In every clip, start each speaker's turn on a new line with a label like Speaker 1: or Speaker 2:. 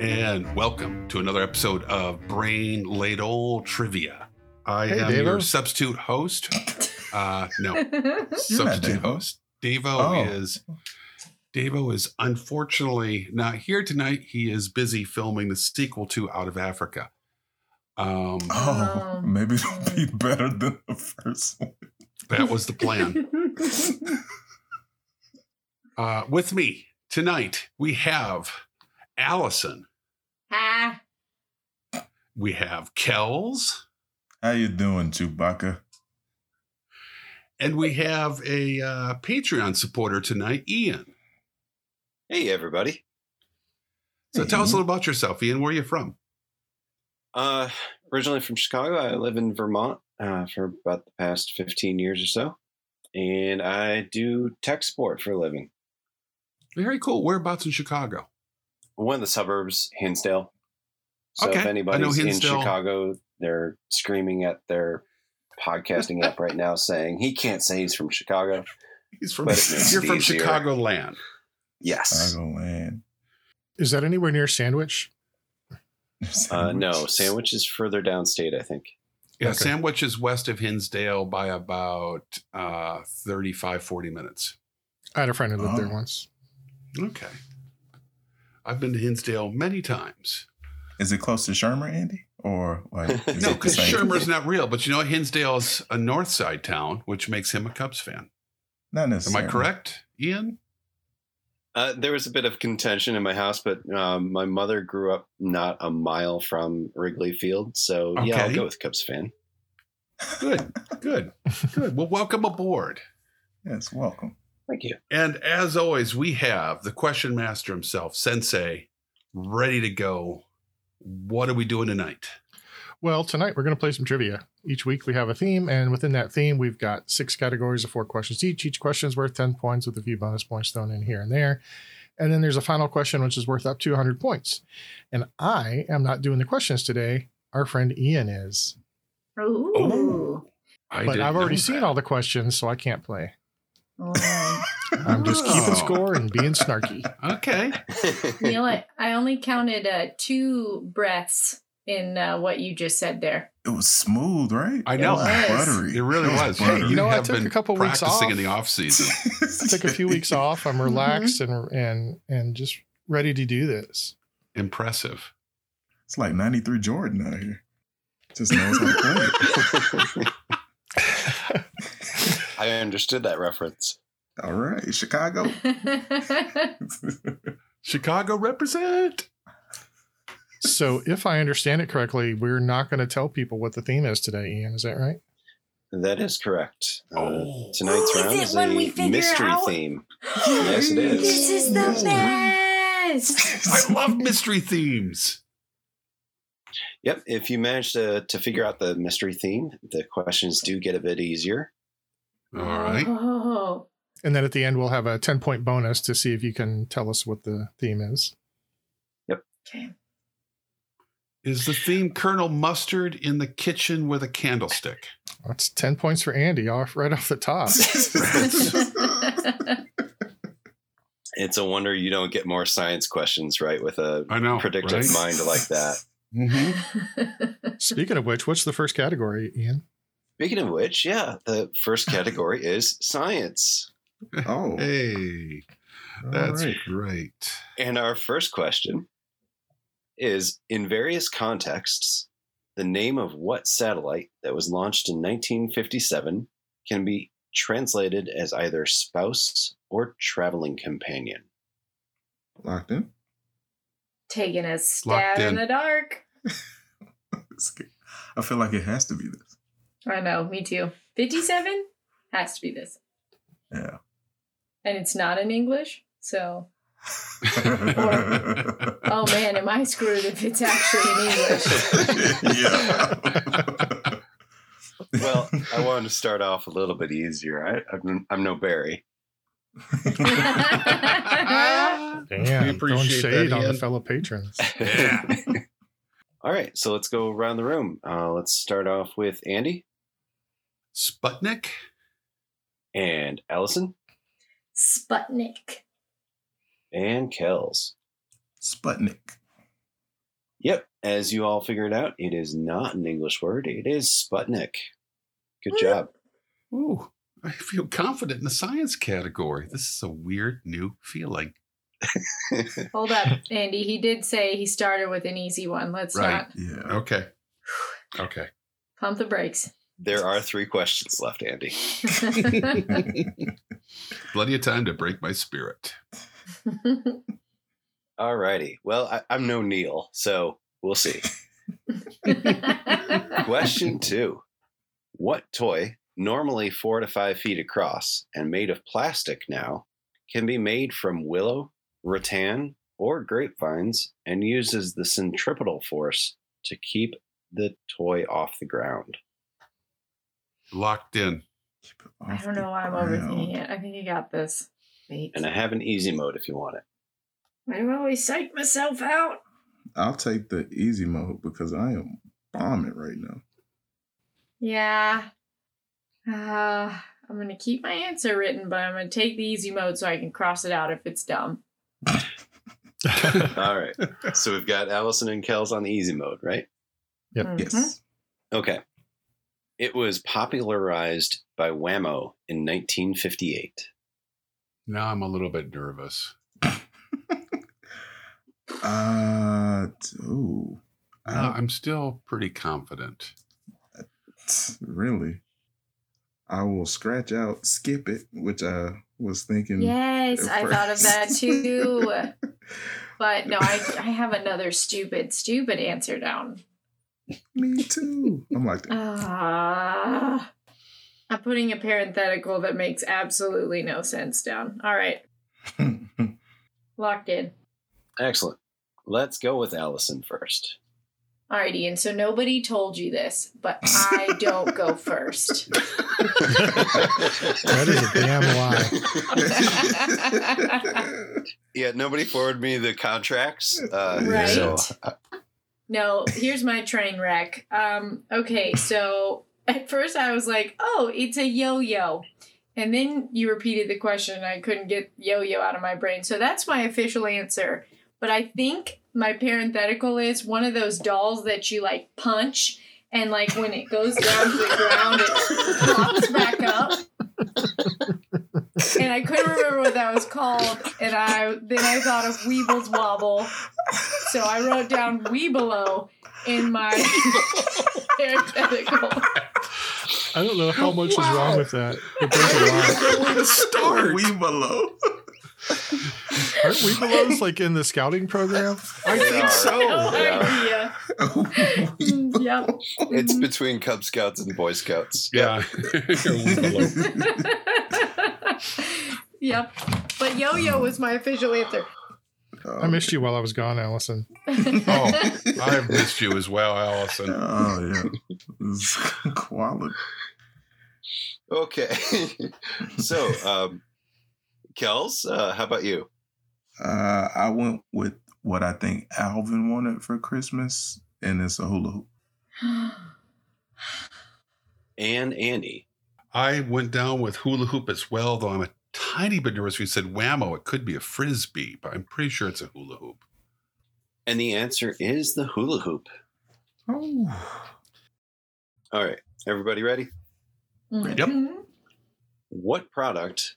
Speaker 1: and welcome to another episode of Brain Ladle Trivia. I
Speaker 2: Hey,
Speaker 1: am
Speaker 2: Davo.
Speaker 1: your substitute host. Uh, no, substitute
Speaker 2: Davo.
Speaker 1: host. Davo
Speaker 2: Oh.
Speaker 1: is Davo is unfortunately not here tonight. He is busy filming the sequel to Out of Africa. Um,
Speaker 2: Oh,
Speaker 3: Oh.
Speaker 2: maybe it'll be better than the first one.
Speaker 1: that was the plan. Uh, with me tonight, we have Allison.
Speaker 3: ah,
Speaker 1: We have Kells.
Speaker 2: How you doing, Chewbacca?
Speaker 1: And we have a uh, Patreon supporter tonight, Ian.
Speaker 4: Hey, everybody.
Speaker 1: So
Speaker 2: Hey.
Speaker 1: tell us a little about yourself, Ian. Where are you from?
Speaker 4: Uh, originally from Chicago, I live in Vermont uh, for about the past 15 years or so. And I do tech support for a living.
Speaker 1: Very cool. Whereabouts in Chicago?
Speaker 4: One of the suburbs, Hinsdale. So
Speaker 1: Okay, I
Speaker 4: if
Speaker 1: know
Speaker 4: anybody's in
Speaker 1: Hinsdale.
Speaker 4: Chicago, they're screaming at their podcasting app right now saying, he can't say he's from Chicago.
Speaker 1: He's from.
Speaker 4: But it makes
Speaker 1: You're
Speaker 4: it
Speaker 1: from
Speaker 4: easier.
Speaker 1: Chicagoland.
Speaker 4: Yes.
Speaker 2: Chicagoland.
Speaker 5: Is that anywhere near Sandwich?
Speaker 4: Uh, no, sandwich is further downstate, I think.
Speaker 1: Yeah,
Speaker 5: Okay.
Speaker 1: Sandwich is west of Hinsdale by about uh, 35, 40 minutes.
Speaker 5: I had a friend who lived there
Speaker 2: Oh.
Speaker 5: once.
Speaker 1: Okay. I've been to Hinsdale many times.
Speaker 2: Is it close to Shermer, Andy? Or like is
Speaker 1: no,
Speaker 2: it the
Speaker 1: because
Speaker 2: same?
Speaker 1: Shermer's not real, but you know Hinsdale's a north side town, which makes him a Cubs fan.
Speaker 2: Not
Speaker 1: Am I
Speaker 2: necessarily.
Speaker 1: correct, Ian?
Speaker 4: Uh, there was a bit of contention in my house, but um, my mother grew up not a mile from Wrigley Field, so yeah, I'll
Speaker 1: Okay.
Speaker 4: go with Cubs fan.
Speaker 1: Good, good, good. Well, welcome aboard.
Speaker 2: Yes, welcome.
Speaker 4: Thank you.
Speaker 1: And as always, we have the question master himself, Sensei, ready to go. What are we doing tonight?
Speaker 5: Well, tonight we're going to play some trivia. Each week we have a theme, and within that theme, we've got six categories of four questions each. Each question is worth 10 points with a few bonus points thrown in here and there. And then there's a final question, which is worth up to 100 points. And I am not doing the questions today. Our friend Ian is.
Speaker 3: ooh.
Speaker 1: Oh.
Speaker 5: But
Speaker 1: didn't
Speaker 5: I've already
Speaker 1: know
Speaker 5: seen
Speaker 1: that.
Speaker 5: all the questions, so I can't play.
Speaker 3: Oh.
Speaker 5: I'm just
Speaker 1: Oh.
Speaker 5: keeping score and being snarky.
Speaker 1: Okay.
Speaker 3: you know what? I only counted uh, two breaths in uh, what you just said there.
Speaker 2: It was smooth, right?
Speaker 1: I know.
Speaker 2: It was
Speaker 3: Yes.
Speaker 2: buttery.
Speaker 1: It really was. Hey,
Speaker 2: buttery.
Speaker 1: you
Speaker 5: You know, I
Speaker 1: have
Speaker 5: took a
Speaker 1: been
Speaker 5: couple weeks
Speaker 1: practicing
Speaker 5: off.
Speaker 1: in the off season.
Speaker 5: I took a few weeks off. I'm relaxed and and and just ready to do this.
Speaker 1: Impressive.
Speaker 2: It's like 93 Jordan out here. Just knows how to play it.
Speaker 4: I understood that reference.
Speaker 2: All right, Chicago.
Speaker 1: Chicago represent.
Speaker 5: So, if I understand it correctly, we're not going to tell people what the theme is today, Ian. Is that right?
Speaker 4: That is correct. Uh,
Speaker 1: Oh.
Speaker 4: tonight's
Speaker 3: Oh, is
Speaker 4: round
Speaker 3: it
Speaker 4: is
Speaker 3: when we
Speaker 4: a
Speaker 3: figure
Speaker 4: mystery
Speaker 3: out-
Speaker 4: theme. Yes, it is.
Speaker 3: This is the best.
Speaker 1: I love mystery themes.
Speaker 4: Yep. If you manage to, to figure out the mystery theme, the questions do get a bit easier.
Speaker 1: All right.
Speaker 3: Oh.
Speaker 5: And then at the end, we'll have a 10 point bonus to see if you can tell us what the theme is.
Speaker 3: Okay.
Speaker 1: Is the theme Colonel Mustard in the kitchen with a candlestick?
Speaker 5: That's 10 points for Andy off right off the top.
Speaker 4: It's a wonder you don't get more science questions right with a
Speaker 1: I know.
Speaker 4: predictive
Speaker 1: right?
Speaker 4: mind like that.
Speaker 1: Mhm.
Speaker 5: Speaking of which, what's the first category, Ian?
Speaker 4: Speaking of which, yeah, the first category is science.
Speaker 2: Oh,
Speaker 1: Hey,
Speaker 2: all
Speaker 1: that's
Speaker 2: right.
Speaker 1: great.
Speaker 4: And our first question is in various contexts, the name of what satellite that was launched in 1957 can be translated as either spouse or traveling companion.
Speaker 2: locked in.
Speaker 3: Taking a
Speaker 1: Locked
Speaker 3: stab
Speaker 1: in.
Speaker 3: in the dark.
Speaker 2: It's good. I feel like it has to be this.
Speaker 3: I know. Me too. 57 has to be this.
Speaker 2: Yeah.
Speaker 3: And it's not in English. So,
Speaker 2: yeah.
Speaker 3: oh man, am I screwed if it's actually in English?
Speaker 4: Well, I wanted to start off a little bit easier. I, I'm, I'm no Barry.
Speaker 1: We
Speaker 5: Damn, throwing
Speaker 1: appreciate
Speaker 5: shade
Speaker 1: that,
Speaker 5: on the
Speaker 1: Ian.
Speaker 5: fellow patrons.
Speaker 1: Yeah.
Speaker 4: All right, so let's go around the room. Uh, let's start off with Andy
Speaker 1: Sputnik.
Speaker 4: and Allison
Speaker 3: Sputnik.
Speaker 4: and Kells.
Speaker 2: Sputnik.
Speaker 4: Yep, as you all figured out, it is not an English word. It is Sputnik. Good job.
Speaker 1: Ooh, I feel confident in the science category. This is a weird new feeling.
Speaker 3: Hold up, Andy. He did say he started with an easy one. Let's
Speaker 1: Right.
Speaker 3: not
Speaker 2: Yeah.
Speaker 1: Okay. Okay.
Speaker 3: pump the brakes.
Speaker 4: There are three questions left, Andy.
Speaker 1: Plenty of time to break my spirit.
Speaker 4: Alrighty. Well, I, I'm no Neil, so we'll see. Question two What toy, normally four to five feet across and made of plastic now, can be made from willow, rattan, or grapevines and uses the centripetal force to keep the toy off the ground?
Speaker 1: Locked in.
Speaker 3: I don't know why I'm overthinking it. I think you got this. Wait.
Speaker 4: And I have an easy mode if you want it.
Speaker 3: Why do I always psych myself out?
Speaker 2: I'll take the easy mode because I am bombing right now.
Speaker 3: Yeah. Uh, I'm going to keep my answer written, but I'm going to take the easy mode so I can cross it out if it's dumb.
Speaker 4: All right. so we've got Allison and Kels on the easy mode, right?
Speaker 5: Yep.
Speaker 3: Mhm.
Speaker 2: Yes.
Speaker 4: Okay. It was popularized by Whammo in 1958.
Speaker 1: Now I'm a little bit nervous.
Speaker 2: Uh, ooh.
Speaker 1: No,
Speaker 2: I,
Speaker 1: Uh, I'm still pretty confident.
Speaker 2: really? I will scratch out, skip it, which I was thinking.
Speaker 3: Yes, I thought of that
Speaker 2: first.
Speaker 3: too. but no, I, I have another stupid, stupid answer down.
Speaker 2: Me too. I'm like,
Speaker 3: Uh, Ah. I'm putting a parenthetical that makes absolutely no sense down. All right, locked in.
Speaker 4: Excellent. Let's go with Allison first.
Speaker 3: Alrighty, and so nobody told you this, but I don't go first.
Speaker 5: That is a damn lie.
Speaker 4: Yeah, nobody forwarded me the contracts. Uh,
Speaker 3: Right.
Speaker 4: So uh,
Speaker 3: No, here's my train wreck. Um, okay, so at first I was like, oh, it's a yo yo. And then you repeated the question, and I couldn't get yo yo out of my brain. So that's my official answer. But I think my parenthetical is one of those dolls that you like punch, and like when it goes down to the ground, it pops back up. And I couldn't remember what that was called. And I then I thought of Weeble's Wobble. So I wrote down Weebelo in my parenthetical.
Speaker 5: I don't know how much is wrong with that, but there's a lot.
Speaker 1: Where to start?
Speaker 2: we below.
Speaker 5: Aren't we belows like in the scouting program?
Speaker 1: I
Speaker 4: They are.
Speaker 1: think
Speaker 3: No
Speaker 1: so.
Speaker 3: idea. Mm, yep.
Speaker 4: it's between Cub Scouts and Boy Scouts.
Speaker 1: Yeah.
Speaker 3: yep. But yo yo was my official answer.
Speaker 5: I missed you while I was gone, Allison.
Speaker 1: Oh. I've missed you as well, Allison.
Speaker 2: Oh yeah, This is quality.
Speaker 4: Okay. so, um, Kels, uh, how about you?
Speaker 2: Uh, I went with what I think Alvin wanted for Christmas, and it's a hula hoop.
Speaker 4: And Andy.
Speaker 1: I went down with hula hoop as well, though I'm a tiny bit nervous. You said whammo. It could be a frisbee, but I'm pretty sure it's a hula hoop.
Speaker 4: And the answer is the hula hoop.
Speaker 2: Oh,
Speaker 4: All right. Everybody ready?
Speaker 3: Mhm.
Speaker 4: What product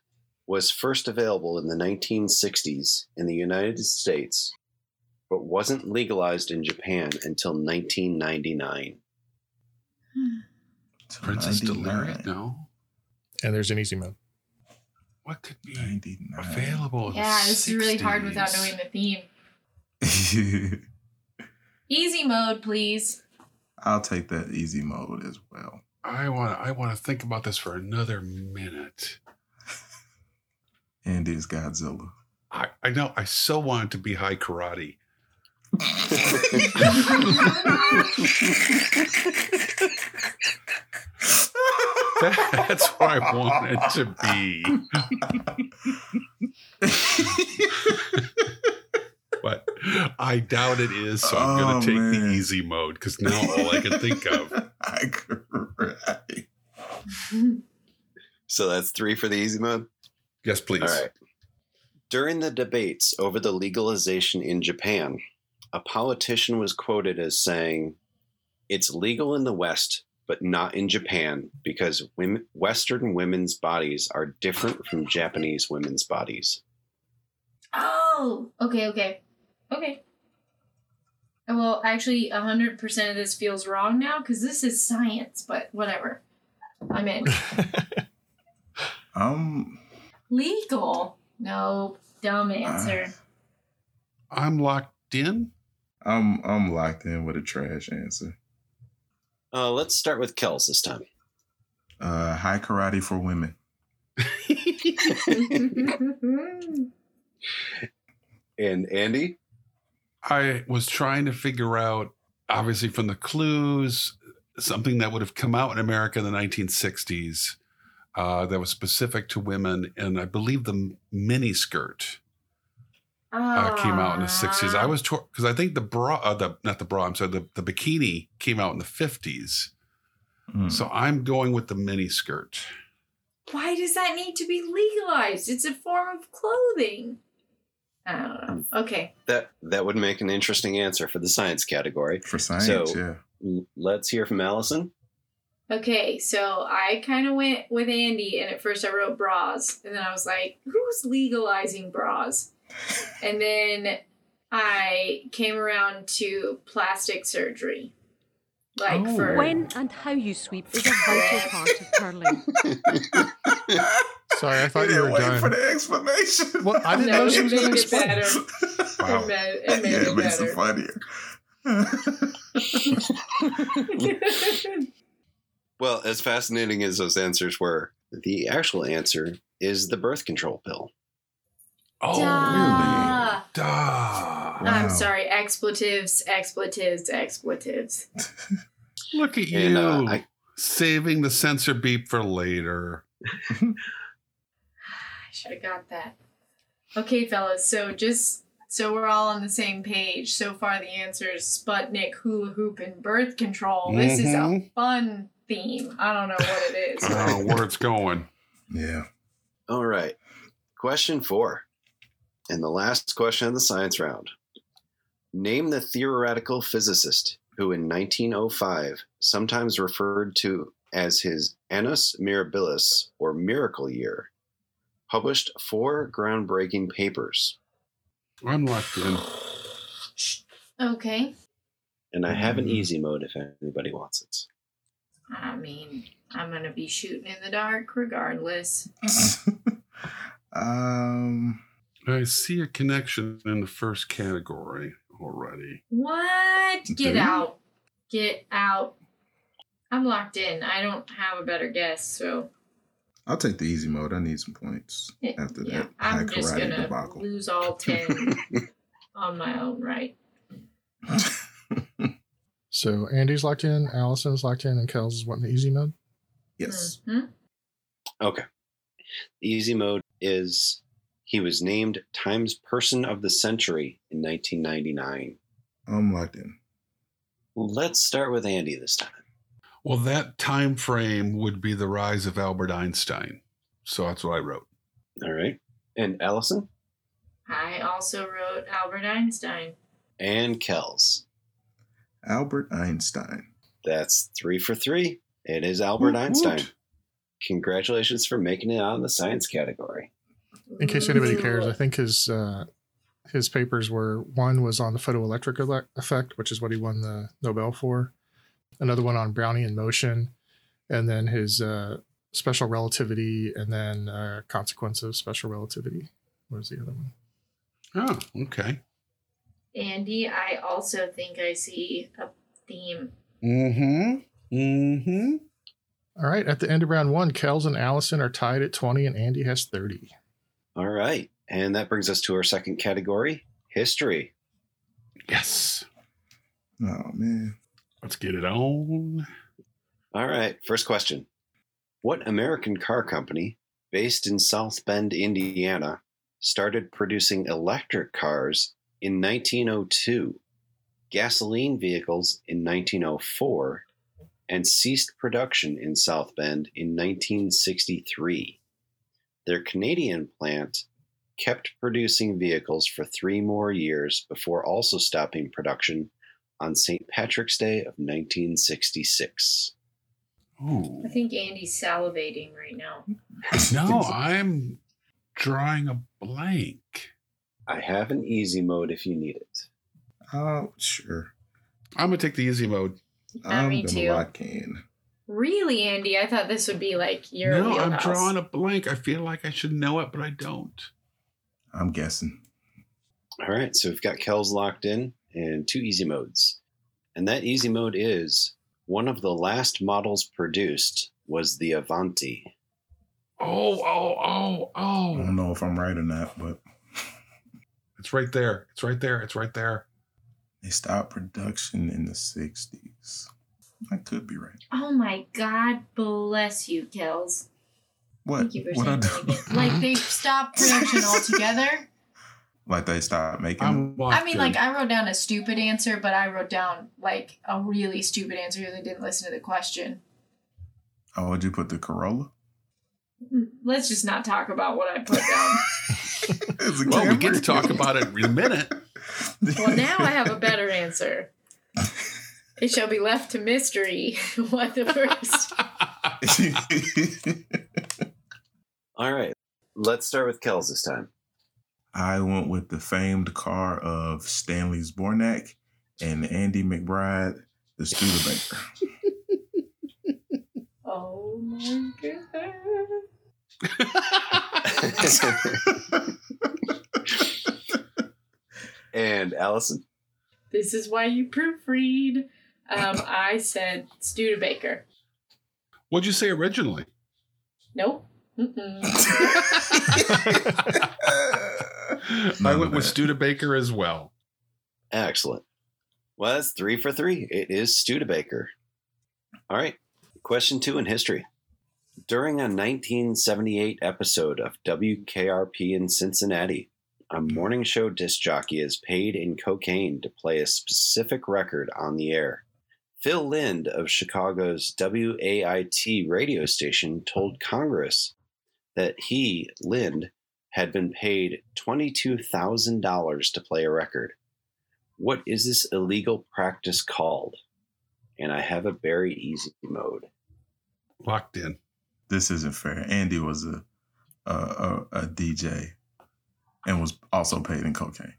Speaker 4: was first available in the 1960s in the United States but wasn't legalized in Japan until 1999?
Speaker 2: Uh,
Speaker 1: Princess Delirium? No.
Speaker 5: And there's an easy mode.
Speaker 1: What could be
Speaker 2: Ninety nine.
Speaker 1: available? in Oh, the
Speaker 3: Yeah, this is really hard without
Speaker 1: 60s?
Speaker 3: knowing the theme. Easy mode, please.
Speaker 2: I'll take that easy mode as well.
Speaker 1: I want. I want to think about this for another minute.
Speaker 2: And it's Godzilla.
Speaker 1: I, I know. I so wanted to be high karate. That's what I wanted to be. but I doubt it is, so I'm
Speaker 2: Oh,
Speaker 1: going to take
Speaker 2: man.
Speaker 1: the easy mode because now all I can think of.
Speaker 2: I could right.
Speaker 4: So that's three for the easy mode?
Speaker 1: Yes, please.
Speaker 4: All right. During the debates over the legalization in Japan, a politician was quoted as saying, It's legal in the West, but not in Japan because women, Western women's bodies are different from Japanese women's bodies.
Speaker 3: Oh, okay, okay, okay. Uh, Well, actually, hundred percent of this feels wrong now because this is science. But whatever, I'm in.
Speaker 2: I'm
Speaker 3: Legal? No, dumb answer.
Speaker 1: I'm locked in.
Speaker 2: I'm I'm locked in with a trash answer.
Speaker 4: Uh, let's start with Kells this time.
Speaker 2: Uh, high karate for women.
Speaker 4: And Andy?
Speaker 1: I was trying to figure out, obviously, from the clues, something that would have come out in America in the 1960s uh, that was specific to women. And I believe the mini skirt uh, came out in the 60s.
Speaker 3: Ah.
Speaker 1: I was, because I think the bra, uh, the, not the bra, I'm sorry, the, the bikini came out in the 50s.
Speaker 5: Hmm.
Speaker 2: Mm.
Speaker 1: So I'm going with the mini skirt.
Speaker 3: Why does that need to be legalized? It's a form of clothing. I don't know. Okay.
Speaker 4: That that would make an interesting answer for the science category.
Speaker 2: for science,
Speaker 4: So-
Speaker 2: yeah.
Speaker 4: L- let's hear from Allison.
Speaker 3: Okay, so I kind of went with Andy, and at first I wrote bras, and then I was like, who's legalizing bras? and then I came around to plastic surgery. Like
Speaker 1: Oh.
Speaker 3: for.
Speaker 1: Wait.
Speaker 6: When and how you sweep is a vital part of curling.
Speaker 5: Sorry, I
Speaker 2: We
Speaker 5: thought you
Speaker 2: didn't
Speaker 5: were
Speaker 2: wait for
Speaker 5: done.
Speaker 2: the explanation.
Speaker 5: Well, I didn't
Speaker 3: No,
Speaker 5: know she
Speaker 3: you
Speaker 5: was
Speaker 3: made
Speaker 5: going to
Speaker 3: it
Speaker 5: explain.
Speaker 3: better.
Speaker 5: this.
Speaker 2: Wow.
Speaker 3: It made, it made
Speaker 2: yeah,
Speaker 3: it
Speaker 2: it makes it
Speaker 3: better.
Speaker 2: funnier.
Speaker 4: Well, as fascinating as those answers were, the actual answer is the birth control pill.
Speaker 1: Oh,
Speaker 3: Duh.
Speaker 1: Duh.
Speaker 2: Wow.
Speaker 3: I'm sorry. Expletives, expletives, expletives.
Speaker 1: Look at
Speaker 4: And,
Speaker 1: you
Speaker 4: uh, I-
Speaker 1: saving the sensor beep for later.
Speaker 3: I should have got that. Okay, fellas. So just so we're all on the same page. So far, the answer is Sputnik, hula hoop, and birth control. This is a
Speaker 2: Mm-hmm.
Speaker 1: Mhm.
Speaker 3: fun theme. I don't know what it is.
Speaker 1: I don't know Oh, where it's going.
Speaker 2: Yeah.
Speaker 4: All right. Question four. And the last question of the science round. Name the theoretical physicist who in 1905, sometimes referred to as his Annus Mirabilis or Miracle Year, published four groundbreaking papers.
Speaker 1: I'm locked in.
Speaker 3: okay.
Speaker 4: And I have an
Speaker 2: Mhm.
Speaker 4: easy mode if anybody wants it.
Speaker 3: I mean, I'm gonna be shooting in the dark regardless.
Speaker 2: um.
Speaker 1: I see a connection in the first category already.
Speaker 3: What? Get
Speaker 2: Dude.
Speaker 3: out. Get out. I'm locked in. I don't have a better guess, so
Speaker 2: I'll take the easy mode. I need some points after
Speaker 3: yeah,
Speaker 2: that high
Speaker 3: I'm just
Speaker 2: karate
Speaker 3: gonna
Speaker 2: debacle.
Speaker 3: lose all ten on my own right.
Speaker 5: So Andy's locked in, Allison's locked in, and Kells is wanting the easy mode.
Speaker 2: yes.
Speaker 3: Mhm.
Speaker 4: Easy mode is he was named Times Person of the Century in 1999.
Speaker 3: Hmm.
Speaker 2: I'm locked in.
Speaker 4: Let's start with Andy this time.
Speaker 1: Well, that time frame would be the rise of Albert Einstein. So that's what I wrote.
Speaker 4: All right. And Allison
Speaker 3: I also wrote Albert Einstein.
Speaker 4: and Kells.
Speaker 2: Albert Einstein.
Speaker 4: That's three for three. It is Albert
Speaker 1: Woot,
Speaker 4: Einstein.
Speaker 1: woot.
Speaker 4: Congratulations for making it out of the science category.
Speaker 5: In case
Speaker 3: Mm-hmm.
Speaker 5: anybody cares,
Speaker 3: Ooh.
Speaker 5: I think his uh, his papers were one was on the photoelectric ele- effect, which is what he won the Nobel for. Another one on Brownian motion, and then his uh, special relativity, and then uh, consequence of special relativity. What was the other one?
Speaker 1: Oh, okay.
Speaker 3: Andy, I also think I see a theme.
Speaker 1: Mm-hmm. Mm-hmm.
Speaker 5: All right, at the end of round one, Kells and Allison are tied at twenty, and Andy has thirty.
Speaker 4: All right. And that brings us to our second category history.
Speaker 1: Yes.
Speaker 2: Oh man.
Speaker 1: Let's get it on.
Speaker 4: All right. First question What American car company based in South Bend, Indiana, started producing electric cars in 1902, gasoline vehicles in 1904, and ceased production in South Bend in 1963? Their Canadian plant kept producing vehicles for three more years before also stopping production on St. Patrick's Day of 1966.
Speaker 1: Ooh.
Speaker 3: I think Andy's salivating right now.
Speaker 1: No, I'm drawing a blank.
Speaker 4: I have an easy mode if you need it.
Speaker 2: Oh, sure.
Speaker 1: I'm gonna take the easy mode.
Speaker 3: Not
Speaker 2: I'm
Speaker 3: me
Speaker 2: gonna
Speaker 3: too.
Speaker 2: lock in.
Speaker 3: Really, Andy? I thought this would be like your
Speaker 1: no, I'm
Speaker 3: wheelhouse.
Speaker 1: drawing a blank. I feel like I should know it, but I don't.
Speaker 2: I'm guessing.
Speaker 4: All right, so we've got Kells locked in and two easy modes. And that easy mode is one of the last models produced was the Avanti.
Speaker 1: Oh, oh, oh,
Speaker 2: I
Speaker 1: oh.
Speaker 3: Mm.
Speaker 2: don't know if I'm right or not, but
Speaker 1: It's right there. It's right there. It's right there.
Speaker 2: they stopped production in the '60s. I could be right.
Speaker 3: Oh my God, bless you, Kels.
Speaker 2: What?
Speaker 3: Thank you for
Speaker 2: What I
Speaker 3: saying
Speaker 2: do?
Speaker 3: that again. Like they stopped production altogether.
Speaker 2: Like they stopped making.
Speaker 1: I'm
Speaker 2: them?
Speaker 1: locked
Speaker 3: I mean,
Speaker 1: in.
Speaker 3: like I wrote down a stupid answer, but I wrote down like a really stupid answer because I didn't listen to the question.
Speaker 2: Oh, would you put the Corolla?
Speaker 3: Let's just not talk about what I put down.
Speaker 2: It's a
Speaker 1: well, we get
Speaker 2: Camry.
Speaker 1: to talk about it in a minute.
Speaker 3: well, now I have a better answer. It shall be left to mystery what the first.
Speaker 4: All right, let's start with Kells this time.
Speaker 2: I went with the famed car of Stanley's Bornak and Andy McBride, the Studebaker.
Speaker 3: Oh my god!
Speaker 4: and Allison.
Speaker 3: This is why you proofread. Um, I said Studebaker.
Speaker 1: What'd you say originally?
Speaker 3: Nope. Mm-mm.
Speaker 1: I
Speaker 2: None
Speaker 1: went
Speaker 2: of
Speaker 1: with
Speaker 2: that.
Speaker 1: Studebaker as well.
Speaker 4: Excellent. Well, that's three for three. It is Studebaker. All right. Question two in history. During a 1978 episode of WKRP in Cincinnati, a morning show disc jockey is paid in cocaine to play a specific record on the air. Phil Lind of Chicago's WAIT radio station told Congress that he, Lind, had been paid $22,000 to play a record what is this illegal practice called? And I have a very easy mode.
Speaker 1: Locked in.
Speaker 2: This isn't fair. Andy was a a, a, a DJ and was also paid in cocaine.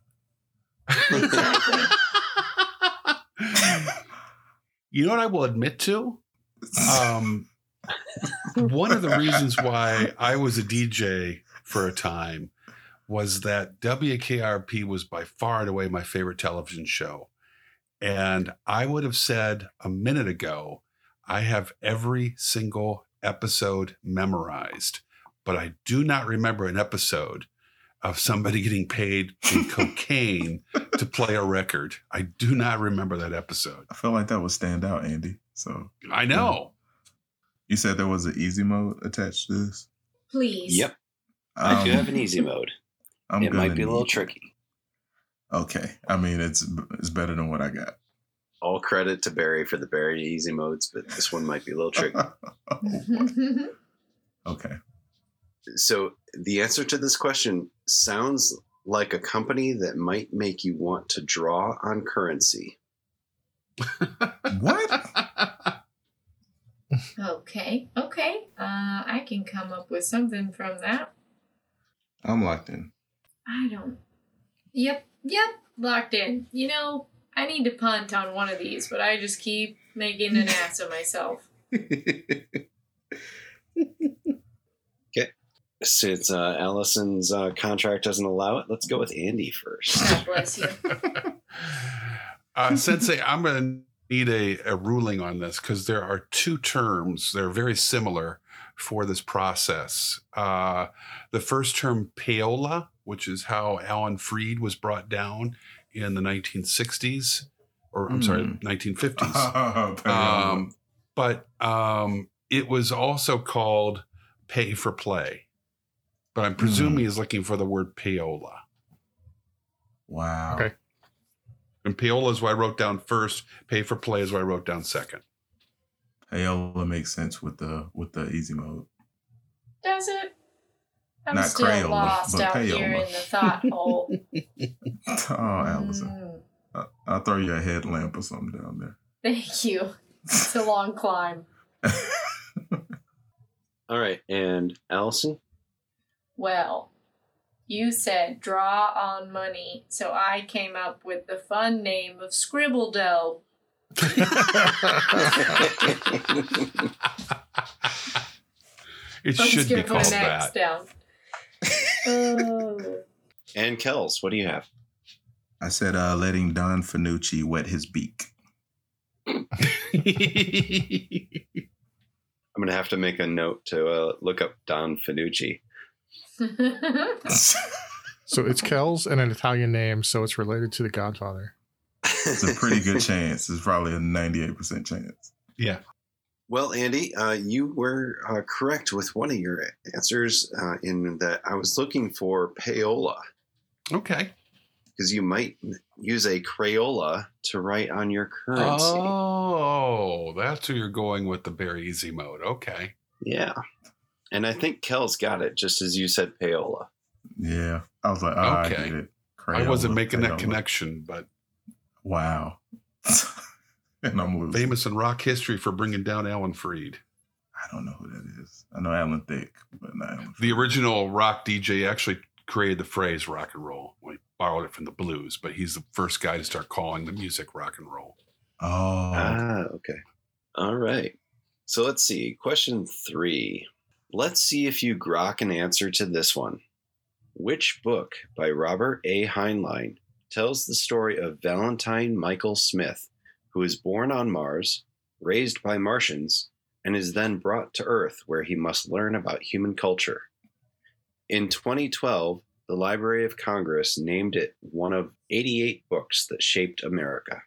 Speaker 1: you know what I will admit to?
Speaker 2: Uh.
Speaker 1: Um, one of the reasons why I was a DJ for a time was that WKRP was by far and away my favorite television show. And I would have said a minute ago, I have every single episode memorized, but I do not remember an episode of somebody getting paid in cocaine to play a record. I do not remember that episode.
Speaker 2: I feel like that would stand out, Andy. So
Speaker 1: I know.
Speaker 2: you said there was an easy mode attached to this.
Speaker 3: Please.
Speaker 4: Yep, I do
Speaker 2: Um,
Speaker 4: have an easy mode.
Speaker 2: I'm
Speaker 4: it might
Speaker 2: gonna
Speaker 4: be a little
Speaker 2: need-
Speaker 4: tricky.
Speaker 2: Okay, I mean it's it's better than what I got.
Speaker 4: All credit to Barry for the Barry easy modes, but this one might be a little tricky.
Speaker 2: okay,
Speaker 4: so, the answer to this question sounds like a company that might make you want to draw on currency.
Speaker 2: what?
Speaker 3: okay. Okay. Uh, I can come up with something from that.
Speaker 2: I'm locked in.
Speaker 3: I don't. Yep. Yep. Locked in. You know, I need to punt on one of these, but I just keep making an ass of myself.
Speaker 4: Since uh, Allison's uh, contract doesn't allow it, let's go with Andy first.
Speaker 3: God bless you.
Speaker 1: uh, Sensei, I'm going to need a, a ruling on this because there are two terms. They're very similar for this process. Uh, the first term, payola, which is how Alan Freed was brought down in the 1960s, or I'm sorry,
Speaker 2: Hmm.
Speaker 1: 1950s. Um, but um, it was also called pay for play. But I'm presuming he's looking for the word payola.
Speaker 2: wow.
Speaker 5: Okay.
Speaker 1: And payola is what I wrote down first. Pay for play is what I wrote down second.
Speaker 2: Payola makes sense with the with the easy mode.
Speaker 3: Does it? I'm
Speaker 2: Not
Speaker 3: still
Speaker 2: Crayola,
Speaker 3: lost
Speaker 2: but
Speaker 3: out here
Speaker 2: Payola.
Speaker 3: in the thought hole.
Speaker 2: Oh, Allison,
Speaker 3: Mm,
Speaker 2: I- I'll throw you a headlamp or something down there.
Speaker 3: thank you. It's a long climb.
Speaker 4: All right, and Allison.
Speaker 3: Well, you said draw on money, so I came up with the fun name of Scribble Dough.
Speaker 1: It
Speaker 3: I'm
Speaker 1: should
Speaker 3: just
Speaker 1: be
Speaker 3: gonna
Speaker 1: called
Speaker 3: put an X
Speaker 1: that.
Speaker 3: down. Oh.
Speaker 4: and Kells, what do you have?
Speaker 2: I said, uh, letting Don Finucci wet his beak.
Speaker 4: I'm gonna have to make a note to uh, look up Don Finucci.
Speaker 3: Oh.
Speaker 2: it's
Speaker 5: So it's Kells and an Italian name, so it's related to the Godfather.
Speaker 2: a pretty good chance. It's probably a 98% chance.
Speaker 4: Well, Andy, uh, you were uh, correct with one of your answers uh, in that I was looking for payola
Speaker 1: okay.
Speaker 4: because you might use a Crayola to write on your currency.
Speaker 1: Oh, that's who you're going with the very easy mode. Okay.
Speaker 4: Yeah. And I think Kells got it just as you said payola.
Speaker 2: Yeah. I was like, oh, I
Speaker 1: Okay.
Speaker 2: get it.
Speaker 1: I wasn't
Speaker 2: Crayola,
Speaker 1: making that
Speaker 2: Crayola.
Speaker 1: connection, but
Speaker 2: Wow. and I'm losing.
Speaker 1: famous in rock history for bringing down Alan Freed,
Speaker 2: I don't know who that is. I know Alan Thick, but not Alan.
Speaker 1: the original rock DJ. Actually, created the phrase rock and roll. Well, he borrowed it from the blues, but he's the first guy to start calling the music rock and roll.
Speaker 2: Oh,
Speaker 1: Uh.
Speaker 4: Ah, okay. All right. So let's see. Question three. Let's see if you grok an answer to this one. Which book by Robert A. Heinlein tells the story of Valentine Michael Smith, who is born on Mars, raised by Martians, and is then brought to Earth where he must learn about human culture? In 2012, the Library of Congress named it one of 88 books that shaped America.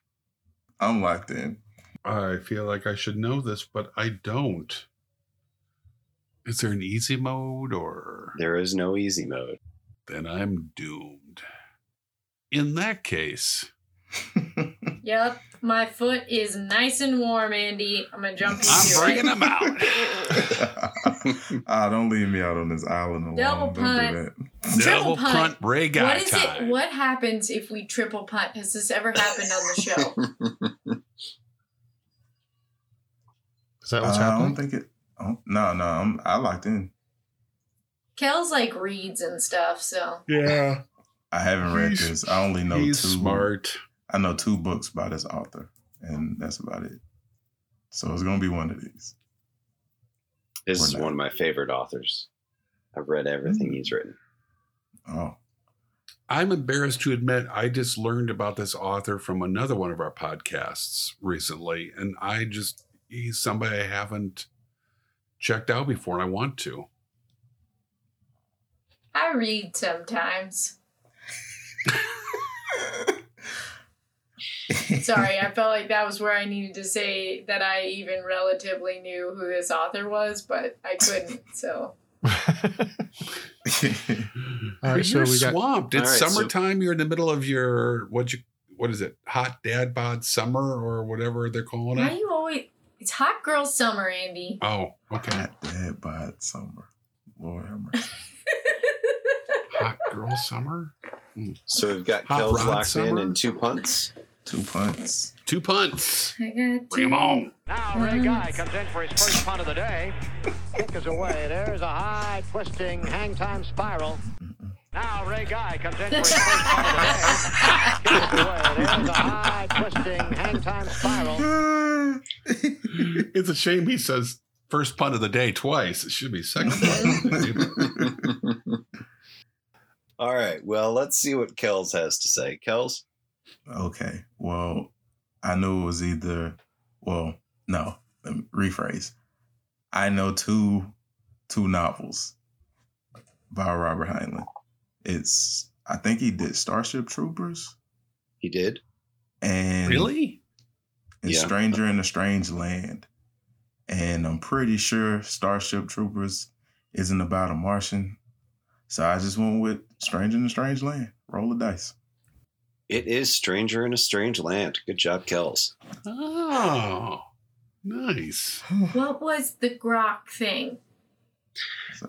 Speaker 2: I'm locked in.
Speaker 1: I feel like I should know this, but I don't. Is there an easy mode or
Speaker 4: There is no easy mode.
Speaker 1: then I'm doomed. In that case,
Speaker 3: Yep, my foot is nice and warm, Andy. I'm gonna jump into
Speaker 1: I'm
Speaker 3: it.
Speaker 1: bringing them out.
Speaker 2: ah, don't leave me out on this island alone.
Speaker 3: Double
Speaker 2: don't
Speaker 3: punt.
Speaker 2: do
Speaker 1: Double
Speaker 3: Triple punt.
Speaker 1: punt, Ray guy
Speaker 3: What is
Speaker 1: time.
Speaker 3: it? What happens if we triple punt? Has this ever happened on the show?
Speaker 5: Is
Speaker 2: that.
Speaker 5: that
Speaker 2: Uh,
Speaker 5: what's
Speaker 2: I don't
Speaker 5: happening?
Speaker 2: think it. Oh, no, no, I'm I locked in.
Speaker 3: Kel's like reads and stuff, so
Speaker 5: Yeah.
Speaker 2: I haven't read
Speaker 1: He's-
Speaker 2: this. I only know
Speaker 1: He's
Speaker 2: two.
Speaker 1: smart.
Speaker 2: I know two books by this author, and that's about it. So it's gonna be one of these.
Speaker 4: This is
Speaker 2: We're not.
Speaker 4: one of my favorite authors. I've read everything he's written.
Speaker 2: Oh,
Speaker 1: I'm embarrassed to admit I just learned about this author from another one of our podcasts recently, and I just he's somebody I haven't checked out before, and I want to.
Speaker 3: I read sometimes. Sorry, I felt like that was where I needed to say that I even relatively knew who this author was, but I couldn't. So
Speaker 5: All right, so
Speaker 1: you're
Speaker 5: we got-
Speaker 1: swamped.
Speaker 4: All
Speaker 1: it's
Speaker 4: right, so-
Speaker 1: summertime. you're in the middle of your what you what is it? Hot dad bod summer or whatever they're calling
Speaker 3: why
Speaker 1: it.
Speaker 3: you always? It's hot girl summer, Andy.
Speaker 1: Oh, okay.
Speaker 2: not dead by summer. Lord have mercy.
Speaker 1: Hot girl summer.
Speaker 4: So we've got
Speaker 1: Hot
Speaker 4: Kells
Speaker 1: Rod
Speaker 4: locked in
Speaker 1: Summer?
Speaker 4: and two punts.
Speaker 2: Two punts.
Speaker 1: Two punts.
Speaker 3: I got
Speaker 1: Bring 'em
Speaker 3: to-
Speaker 1: on.
Speaker 7: Now Ray Guy comes in for his first punt of the day. Kick is away. There's a high twisting hang time spiral. Now Ray Guy comes in for his first punt of the day. Kick is away. There's a high twisting hang time spiral.
Speaker 1: It's a shame he says first punt of the day twice. It should be second punt. of the day, but-
Speaker 4: All right. Well, let's see what Kells has to say. Kells,
Speaker 2: Okay. Well, I knew it was either. Well, no. Let me rephrase. I know two two novels by Robert Heinlein. It's I think he did Starship Troopers
Speaker 4: he did.
Speaker 2: and
Speaker 1: really?
Speaker 2: and
Speaker 4: Yeah.
Speaker 2: Stranger in a Strange Land. And I'm pretty sure Starship Troopers isn't about a Martian. So I just went with Stranger in a Strange Land. Roll the dice.
Speaker 4: It is Stranger in a Strange Land. Good job, Kells.
Speaker 1: Oh, nice.
Speaker 3: What was the grok thing?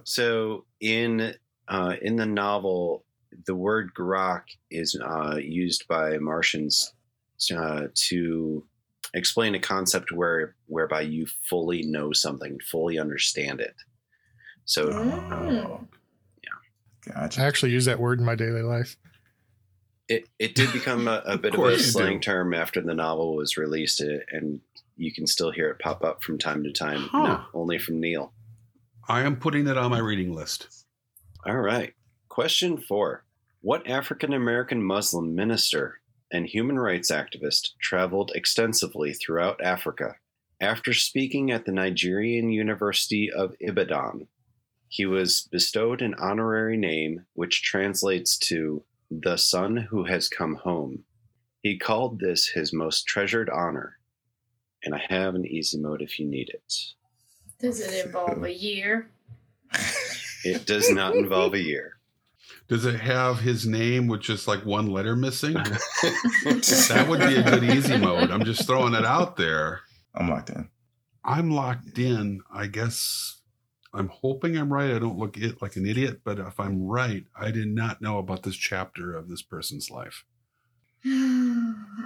Speaker 4: So in uh, in the novel, the word grok is uh, used by Martians uh, to explain a concept where whereby you fully know something, fully understand it. So
Speaker 2: Oh. Yeah. Gotcha.
Speaker 5: I actually use that word in my daily life.
Speaker 4: it, it did become a, a bit of, a
Speaker 1: course you
Speaker 4: slang
Speaker 1: do.
Speaker 4: term after the novel was released, uh, and you can still hear it pop up from time to time,
Speaker 1: Huh.
Speaker 4: not only from Neil.
Speaker 1: I am putting that on my reading list.
Speaker 4: All right. Question four What African American Muslim minister and human rights activist traveled extensively throughout Africa? After speaking at the Nigerian University of Ibadan, he was bestowed an honorary name which translates to the son who has come home. He called this his most treasured honor. And I have an easy mode if you need it.
Speaker 3: Does it involve a year?
Speaker 4: It does not involve a year.
Speaker 1: Does it have his name with just like one letter missing? that would be a good easy mode. I'm just throwing it out there.
Speaker 2: I'm locked in.
Speaker 1: I'm locked in. I guess I'm hoping I'm right. I don't look it like an idiot, but if I'm right, I did not know about this chapter of this person's life.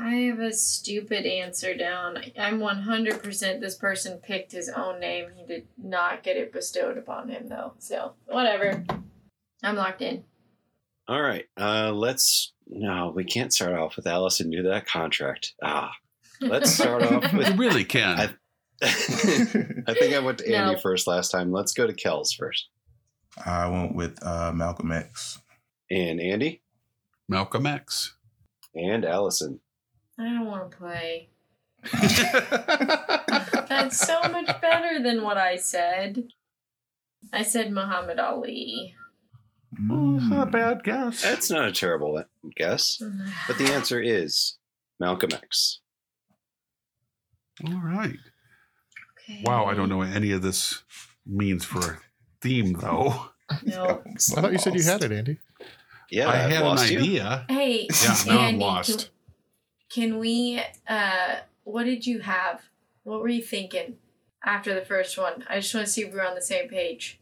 Speaker 3: I have a stupid answer down. I'm 100% this person picked his own name. He did not get it bestowed upon him, though. So, whatever. I'm locked in.
Speaker 4: All right. Uh, let's. No, we can't start off with Allison do that contract. Ah, let's start off
Speaker 1: You
Speaker 4: with.
Speaker 1: really can.
Speaker 4: I- I think I went to Andy
Speaker 3: No.
Speaker 4: first last time. Let's go to Kells first.
Speaker 2: I went with uh, Malcolm X.
Speaker 4: And Andy
Speaker 1: Malcolm X.
Speaker 4: and Allison.
Speaker 3: I don't want to play. That's so much better than what I said. I said Muhammad Ali.
Speaker 2: Mm.
Speaker 1: bad guess.
Speaker 4: That's not a terrible guess, but the answer is Malcolm X.
Speaker 1: All right.
Speaker 3: Okay.
Speaker 1: Wow, I don't know what any of this means for a theme, though.
Speaker 3: No.
Speaker 5: I thought you said you had it, Andy.
Speaker 4: Yeah,
Speaker 1: I
Speaker 4: I've
Speaker 1: had an
Speaker 4: lost you.
Speaker 1: idea.
Speaker 3: Hey,
Speaker 1: Yeah, now I'm
Speaker 3: Andy,
Speaker 1: lost.
Speaker 3: Can, can we? Uh, what did you have? What were you thinking after the first one? I just want to see if we're on the same page.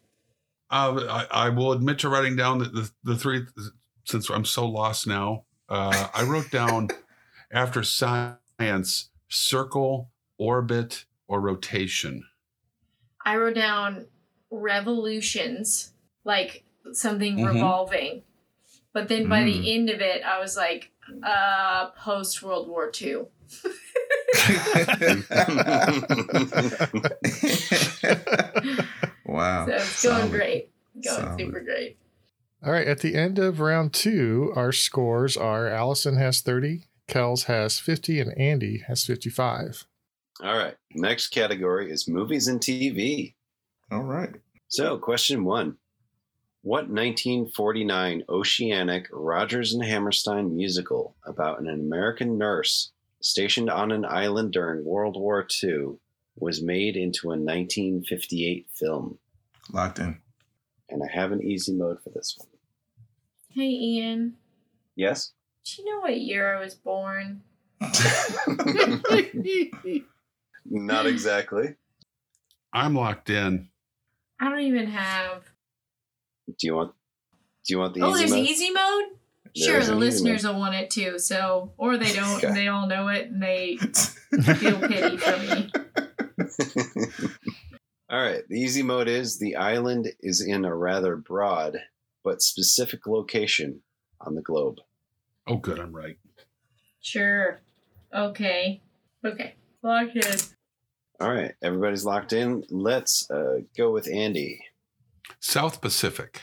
Speaker 1: Uh, I, I will admit to writing down the, the, the three, since I'm so lost now. Uh, I wrote down after science, circle, orbit, or rotation.
Speaker 3: I wrote down revolutions, like something
Speaker 1: Mhm.
Speaker 3: revolving. But then by
Speaker 1: Mm.
Speaker 3: the end of it, I was like, uh, post World War II.
Speaker 2: wow.
Speaker 3: So it's going
Speaker 2: Solid.
Speaker 3: great. Going
Speaker 2: Solid.
Speaker 3: super great.
Speaker 5: All right. At the end of round two, our scores are Allison has 30, Kells has 50, and Andy has 55.
Speaker 4: All right. Next category is movies and TV.
Speaker 2: All right.
Speaker 4: So, question one What 1949 oceanic Rogers and Hammerstein musical about an American nurse stationed on an island during World War II was made into a 1958 film?
Speaker 2: Locked in.
Speaker 4: And I have an easy mode for this one.
Speaker 3: Hey, Ian.
Speaker 4: Yes?
Speaker 3: Do you know what year I was born?
Speaker 4: Not exactly.
Speaker 1: I'm locked in.
Speaker 3: I don't even have.
Speaker 4: Do you want do you want the
Speaker 3: oh,
Speaker 4: easy
Speaker 3: there's
Speaker 4: mode?
Speaker 3: easy mode?
Speaker 4: There
Speaker 3: sure,
Speaker 4: is
Speaker 3: the
Speaker 4: an easy
Speaker 3: listeners will want it too. So, or they don't,
Speaker 4: Okay.
Speaker 3: they all know it and they feel pity for me.
Speaker 4: All right. The easy mode is the island is in a rather broad but specific location on the globe.
Speaker 1: Oh, good, I'm right.
Speaker 3: Sure. Okay. Okay. Lock it.
Speaker 4: All right. Everybody's locked in. Let's uh, go with Andy
Speaker 1: South Pacific.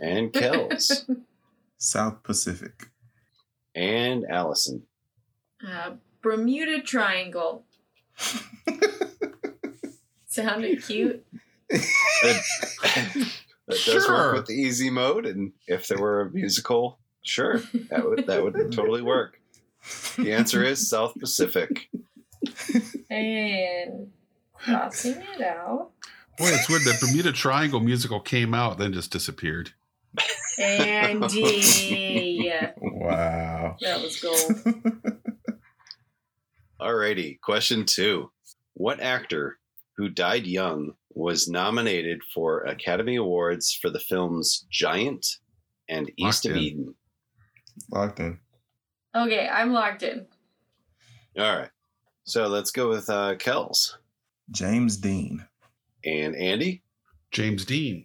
Speaker 4: and Kells
Speaker 2: South Pacific.
Speaker 4: and Allison.
Speaker 3: Uh, Bermuda Triangle. Sounded cute.
Speaker 4: That does
Speaker 1: Sure.
Speaker 4: work with the easy mode. And if there were a musical, sure, that would, that would totally work. The answer is South Pacific.
Speaker 3: And crossing it out.
Speaker 1: Boy, it's weird that Bermuda Triangle musical came out, then just disappeared.
Speaker 3: Andy.
Speaker 2: Wow.
Speaker 3: that was gold.
Speaker 4: Alrighty, question two. What actor who died young was nominated for Academy Awards for the films Giant and
Speaker 1: Locked
Speaker 4: East of
Speaker 1: in.
Speaker 4: Eden.
Speaker 2: Locked in.
Speaker 3: Okay, I'm locked in.
Speaker 4: All right. So let's go with uh, Kells
Speaker 2: James Dean.
Speaker 4: and Andy
Speaker 1: James Dean.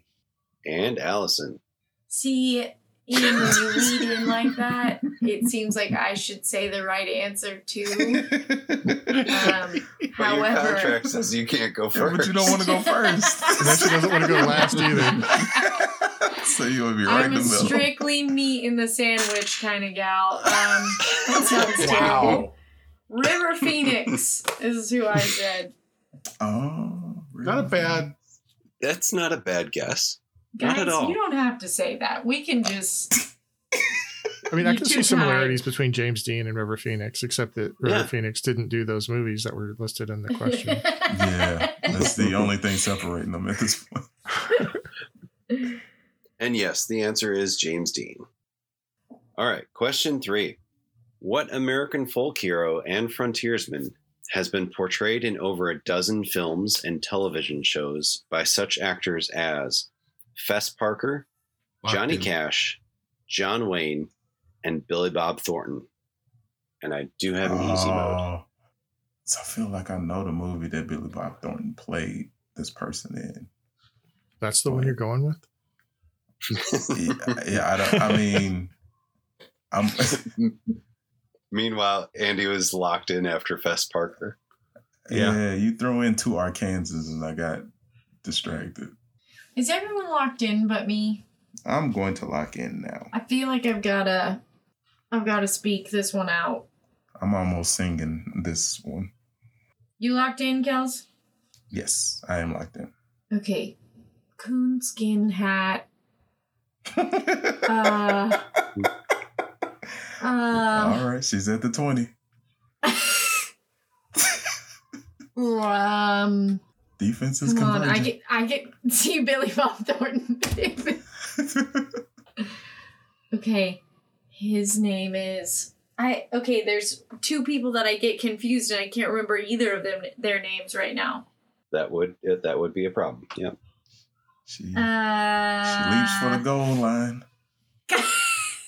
Speaker 4: and Allison.
Speaker 3: See, Ian, when you lead in like that, it seems like I should say the right answer too. Um,
Speaker 4: But your
Speaker 3: however,
Speaker 4: contract says you can't go
Speaker 2: Yeah,
Speaker 4: first.
Speaker 2: but you don't want to go first.
Speaker 3: And
Speaker 5: then she doesn't wanna go last
Speaker 2: either. so you would be right
Speaker 3: I'm
Speaker 2: in
Speaker 3: a
Speaker 2: the middle.
Speaker 3: strictly meat in the sandwich kind of gal. Um, that sounds terrible.
Speaker 1: Wow.
Speaker 3: River Phoenix is who I said.
Speaker 2: Oh, really?
Speaker 1: Not a bad.
Speaker 4: That's not a bad guess. Not
Speaker 3: Guys,
Speaker 4: at all.
Speaker 3: you don't have to say that. We can just.
Speaker 5: I mean, I
Speaker 3: You
Speaker 5: can
Speaker 3: too
Speaker 5: see
Speaker 3: high.
Speaker 5: similarities between James Dean and River Phoenix, except that River
Speaker 4: Yeah.
Speaker 5: Phoenix didn't do those movies that were listed in the question.
Speaker 2: Yeah, that's the only thing separating them at this point.
Speaker 4: And yes, the answer is James Dean. All right, question three. What American folk hero and frontiersman has been portrayed in over a dozen films and television shows by such actors as Fess Parker,
Speaker 1: Locked
Speaker 4: Johnny
Speaker 1: in.
Speaker 4: Cash, John Wayne, and Billy Bob Thornton? And I do have an easy mode.
Speaker 2: Oh, so I feel like I know the movie that Billy Bob Thornton played this person in.
Speaker 5: That's the one you're going with.
Speaker 2: Yeah, yeah I, don't, I mean, I'm
Speaker 4: Meanwhile, Andy was locked in after Fess Parker.
Speaker 2: yeah.
Speaker 1: Yeah.
Speaker 2: You throw in two Arkansans and I got distracted.
Speaker 3: Is everyone locked in but me?
Speaker 2: I'm going to lock in now.
Speaker 3: I feel like I've gotta. I've gotta speak this one out.
Speaker 2: I'm almost singing this one.
Speaker 3: You locked in, Kels?
Speaker 2: Yes, I am locked in.
Speaker 3: Okay. Coonskin hat. Uh. um, uh,
Speaker 2: All right, she's at the 20.
Speaker 3: um.
Speaker 2: Defense is
Speaker 3: Come on, I
Speaker 2: converging.
Speaker 3: get. I get. See Billy Bob Thornton. Okay. His name is I okay, there's two people that I get confused and I can't remember either of them their names right now.
Speaker 4: That would that would be a problem. Yeah.
Speaker 2: she, she
Speaker 3: Uh
Speaker 2: leaps for the goal line.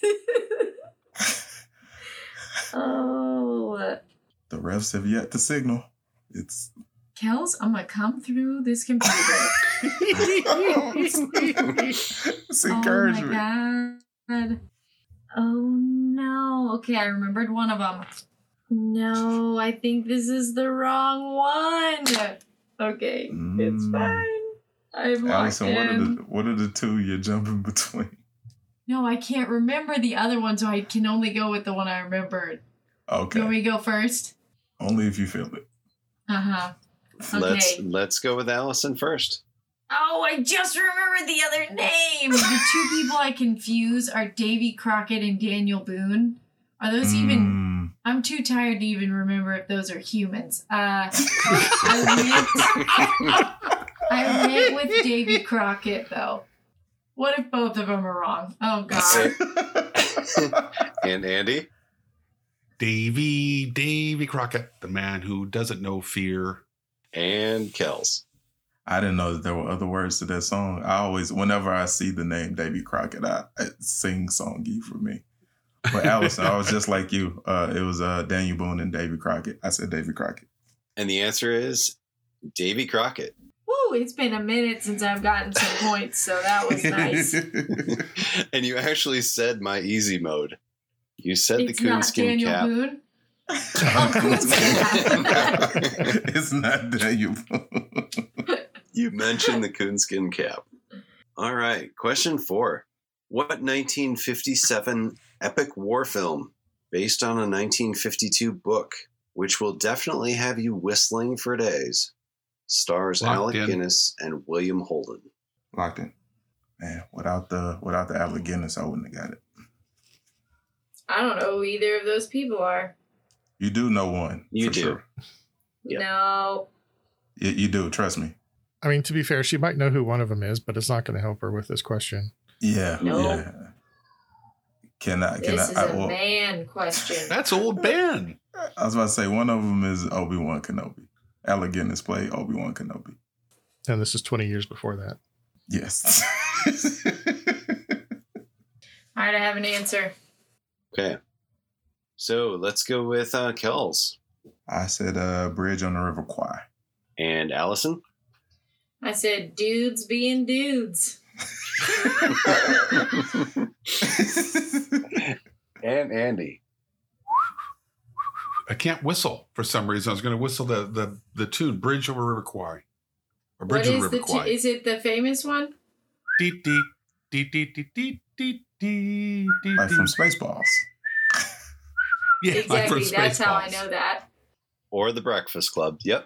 Speaker 3: oh
Speaker 2: The refs have yet to signal. It's
Speaker 3: Kels, I'm gonna come through this computer.
Speaker 2: it's encouragement.
Speaker 3: Oh my Oh god. Oh no. Okay, I remembered one of them. No, I think this is the wrong one. Okay, it's
Speaker 2: Mm.
Speaker 3: fine. I'm locked
Speaker 2: Allison, what are
Speaker 3: in.
Speaker 2: the what are the two you're jumping between?
Speaker 3: No, I can't remember the other one, so I can only go with the one I remembered.
Speaker 2: Okay,
Speaker 3: Can we go first?
Speaker 2: only if you feel it.
Speaker 3: Uh huh. Okay.
Speaker 4: Let's let's go with Allison first.
Speaker 3: Oh, I just remembered the other name. the two people I confuse are Davy Crockett and Daniel Boone. Are those even
Speaker 4: Hmm.
Speaker 2: Mm.
Speaker 3: I'm too tired to even remember if those are humans. Uh, I, went, I went with Davy Crockett, though. What if both of them are wrong? Oh,
Speaker 2: Hmm.
Speaker 3: God.
Speaker 4: And Andy,
Speaker 1: Davy, Davy Crockett, the man who doesn't know fear.
Speaker 4: and Kells.
Speaker 2: I didn't know that there were other words to that song. I always, whenever I see the name Davy Crockett, I, I sing songy for me. But Allison, I was just like you. Uh, it was uh, Daniel Boone and Davy Crockett. I said Davy Crockett.
Speaker 4: And the answer is Davy Crockett.
Speaker 3: Woo, it's been a minute since I've gotten some points, so that was nice.
Speaker 4: and you actually said my easy mode. You said
Speaker 3: it's
Speaker 4: the
Speaker 3: not
Speaker 4: coonskin
Speaker 3: Daniel
Speaker 4: cap.
Speaker 3: Boone.
Speaker 2: it's not Daniel Boone.
Speaker 4: You mentioned the coonskin cap. All right. Question four. What 1957 epic war film based on a 1952 book, which will definitely have you whistling for days, stars
Speaker 1: Locked
Speaker 4: Alec
Speaker 1: in.
Speaker 4: Guinness and William Holden?
Speaker 2: Locked in. Man, without the without the Alec Guinness, I wouldn't have got it.
Speaker 3: I don't know who either of those people are.
Speaker 2: You do know one.
Speaker 4: You
Speaker 2: for
Speaker 4: do.
Speaker 2: Sure.
Speaker 4: Yeah.
Speaker 3: No.
Speaker 2: You, you do. Trust me.
Speaker 5: I mean, to be fair, she might know who one of them is, but it's not going to help her with this question.
Speaker 2: Yeah.
Speaker 4: No.
Speaker 2: Yeah. Can I? Can
Speaker 3: This is
Speaker 2: I?
Speaker 3: a
Speaker 2: I, well,
Speaker 3: man question.
Speaker 1: That's old Ben.
Speaker 2: I was about to say one of them is Obi Wan Kenobi. Alec Guinness played Obi Wan Kenobi.
Speaker 5: And this is 20 years before that.
Speaker 2: Yes.
Speaker 3: All right, I have an answer.
Speaker 4: Okay. So let's go with uh, Kells
Speaker 2: I said uh, Bridge on the River Kwai.
Speaker 4: and Allison.
Speaker 3: I said, dudes being dudes.
Speaker 4: And Andy.
Speaker 1: I can't whistle for some reason. I was going to whistle the the the tune "Bridge Over River Kwai" or
Speaker 3: What
Speaker 1: "Bridge
Speaker 3: is
Speaker 1: Over River
Speaker 3: the two?
Speaker 1: Kwai."
Speaker 3: Is it the famous one?
Speaker 1: Deep, deep, deep, deep, deep, deep, deep, deep, deep.
Speaker 2: like from Spaceballs.
Speaker 1: Yeah, like
Speaker 3: exactly.
Speaker 1: from
Speaker 3: That's how I
Speaker 1: Spaceballs.
Speaker 3: know that.
Speaker 4: Or the Breakfast Club. Yep.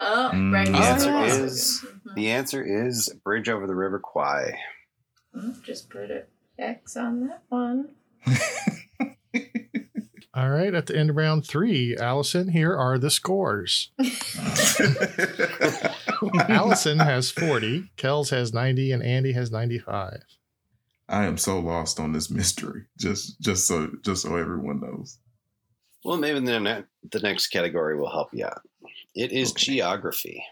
Speaker 3: Oh,
Speaker 2: Mm,
Speaker 3: right.
Speaker 2: the
Speaker 4: answer
Speaker 3: Yes.
Speaker 4: is-
Speaker 3: Mhm.
Speaker 4: The answer is Bridge Over the River Kwai.
Speaker 3: Oh, Just put an X on that one.
Speaker 5: All right. At the end of round three, Allison, here are the scores. Allison has 40, Kells has 90, and Andy has 95.
Speaker 2: I am so lost on this mystery. Just just so just so everyone knows.
Speaker 4: Well, maybe the, ne- the next category will help you out. It is
Speaker 2: Okay.
Speaker 4: geography.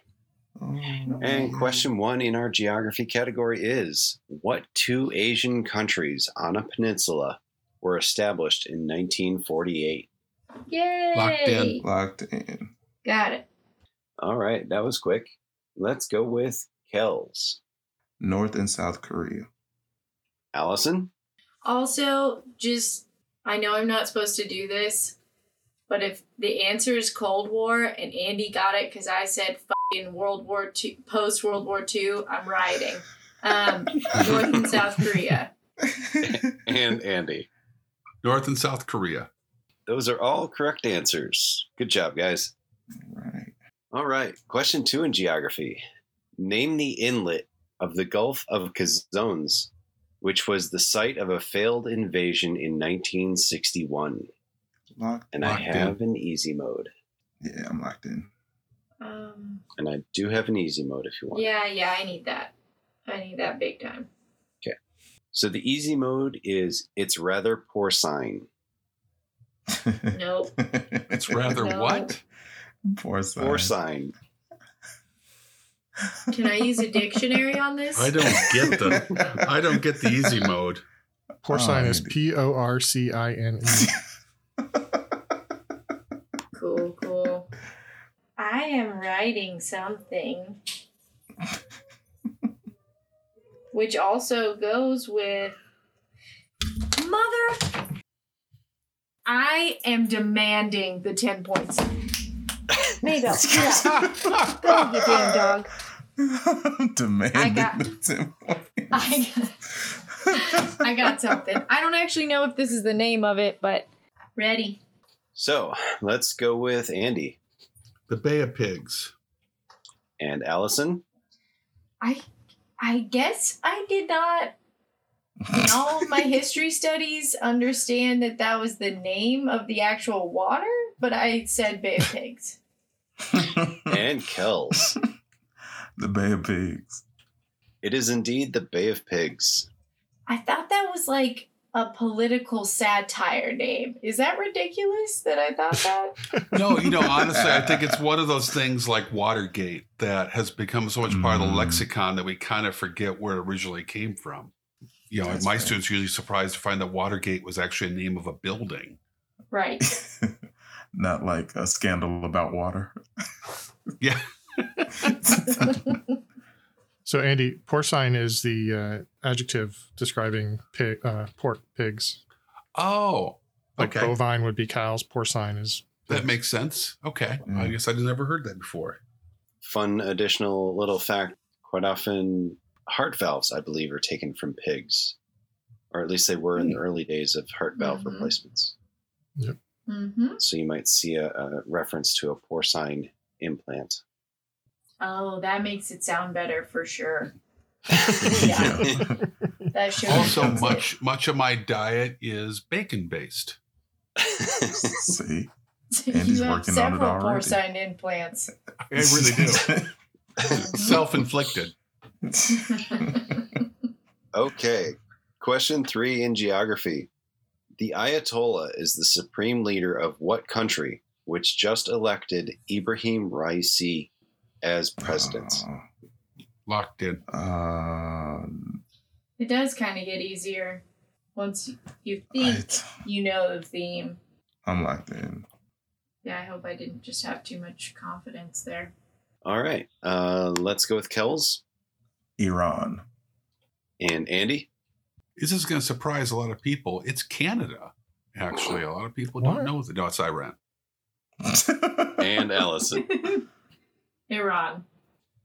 Speaker 2: Oh,
Speaker 4: And question one in our geography category is What two Asian countries on a peninsula were established in 1948?
Speaker 3: Yay!
Speaker 1: Locked in.
Speaker 2: Locked in.
Speaker 3: Got it.
Speaker 4: All right, that was quick. Let's go with Kells.
Speaker 2: North and South Korea.
Speaker 4: Allison?
Speaker 3: Also, just I know I'm not supposed to do this, but if the answer is Cold War and Andy got it because I said fucking World War II, post World War II, I'm rioting. Um, North and South Korea.
Speaker 4: And Andy.
Speaker 1: North and South Korea.
Speaker 4: Those are all correct answers. Good job, guys.
Speaker 2: right.
Speaker 4: All right, question two in geography Name the inlet of the Gulf of Cazones, which was the site of a failed invasion in 1961.
Speaker 2: Locked.
Speaker 4: And
Speaker 1: Locked
Speaker 4: I
Speaker 1: in.
Speaker 4: have an easy mode.
Speaker 2: Yeah, I'm locked in.
Speaker 3: Um,
Speaker 4: And I do have an easy mode if you want.
Speaker 3: yeah, yeah, I need that. I need that big time.
Speaker 4: So the easy mode is it's rather porcine.
Speaker 3: Nope.
Speaker 1: It's rather
Speaker 3: No.
Speaker 1: what?
Speaker 2: Poor sign.
Speaker 4: Porcine.
Speaker 3: Can I use a dictionary on this?
Speaker 1: I don't get the I don't get the easy mode.
Speaker 5: Porcine
Speaker 2: Oh,
Speaker 5: is
Speaker 2: Andy.
Speaker 5: P O R C I N E.
Speaker 3: Cool, cool. I am writing something. Which also goes with Mother. I am demanding the 10 points.
Speaker 8: Mabel, get up. Go, you damn dog.
Speaker 2: I'm demanding
Speaker 3: I got-
Speaker 2: the 10 points.
Speaker 3: I got, I got something. I don't actually know if this is the name of it, but. Ready.
Speaker 4: So let's go with Andy
Speaker 1: The Bay of Pigs.
Speaker 4: and Allison.
Speaker 3: I I guess I did not in all of my history studies understand that that was the name of the actual water, but I said Bay of Pigs.
Speaker 4: And Kells.
Speaker 2: the Bay of Pigs.
Speaker 4: It is indeed the Bay of Pigs.
Speaker 3: I thought that was like a political satire name. Is that ridiculous that I thought that?
Speaker 1: No, you know, honestly, I think it's one of those things like Watergate that has become so much part of the
Speaker 2: Mm.
Speaker 1: lexicon that we kind of forget where it originally came from. You know,
Speaker 2: That's
Speaker 1: my
Speaker 2: fair.
Speaker 1: students are usually surprised to find that Watergate was actually a name of a building.
Speaker 3: right.
Speaker 2: Not like a scandal about water.
Speaker 1: Yeah.
Speaker 5: So, Andy, porcine is the uh, adjective describing pig, uh, pork pigs.
Speaker 1: Oh,
Speaker 5: Like
Speaker 1: okay.
Speaker 5: bovine would be cows, porcine is.
Speaker 1: That makes sense. Okay. I
Speaker 2: Mm.
Speaker 1: guess I'd never heard that before.
Speaker 4: Fun additional little fact quite often, heart valves, I believe, are taken from pigs, or at least they were in the early days of heart valve
Speaker 3: Mhm.
Speaker 4: replacements.
Speaker 3: Mm-hmm.
Speaker 4: So you might see a, a reference to a porcine implant.
Speaker 3: Oh, that makes it sound better for sure.
Speaker 2: yeah.
Speaker 3: That should
Speaker 1: Also, much much of my diet is bacon based.
Speaker 2: See? Andy's
Speaker 3: you
Speaker 2: working
Speaker 3: have
Speaker 2: on it
Speaker 3: several
Speaker 2: already.
Speaker 3: porcine implants.
Speaker 1: I really do. Self inflicted.
Speaker 4: Okay. Question three in geography. The Ayatollah is the supreme leader of what country,
Speaker 1: Ah.
Speaker 4: which just elected Ibrahim Raisi as president?
Speaker 2: Oh,
Speaker 1: Locked in.
Speaker 2: Uh,
Speaker 3: It does kind of get easier once you think
Speaker 2: right.
Speaker 3: you know the theme.
Speaker 2: I'm locked in.
Speaker 3: Yeah, I hope I didn't just have too much confidence there.
Speaker 4: All right. Uh, let's go with Kells
Speaker 2: Iran.
Speaker 4: and Andy.
Speaker 1: This is going to surprise a lot of people. It's Canada, actually. A lot of people don't
Speaker 5: What?
Speaker 1: know that. No, it's Iran.
Speaker 4: And Allison.
Speaker 3: Iran.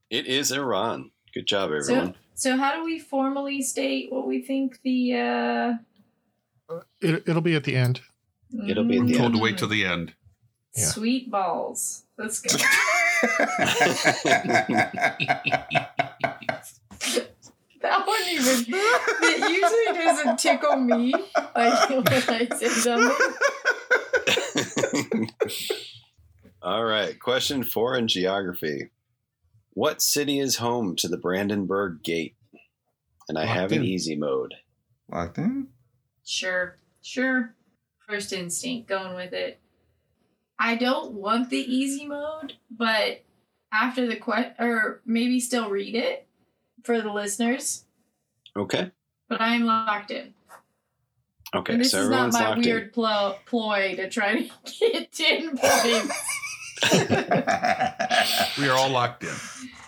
Speaker 4: It is Iran. Good job,
Speaker 3: So,
Speaker 4: everyone.
Speaker 3: so how do we formally state what we think the? uh
Speaker 5: It, it'll be at the end.
Speaker 4: It'll be at the
Speaker 1: Told
Speaker 4: end.
Speaker 1: to wait till the end.
Speaker 5: Yeah.
Speaker 3: mm, Sweet balls. Let's go. that one even. It usually doesn't tickle me like when I say something.
Speaker 4: All right. Question four in geography. What city is home to the Brandenburg Gate? And I
Speaker 1: Locked
Speaker 4: have
Speaker 1: in.
Speaker 4: an easy mode.
Speaker 2: locked in.
Speaker 3: Sure, sure. First instinct, going with it. I don't want the easy mode, but after the question, or maybe still read it for the listeners.
Speaker 4: Okay.
Speaker 3: But I'm locked in.
Speaker 4: Okay.
Speaker 3: and this
Speaker 4: so
Speaker 3: is not
Speaker 4: everyone's
Speaker 3: my
Speaker 4: locked in.
Speaker 3: weird plo- ploy to try to get 10 points.
Speaker 2: yes.
Speaker 1: We are all locked in.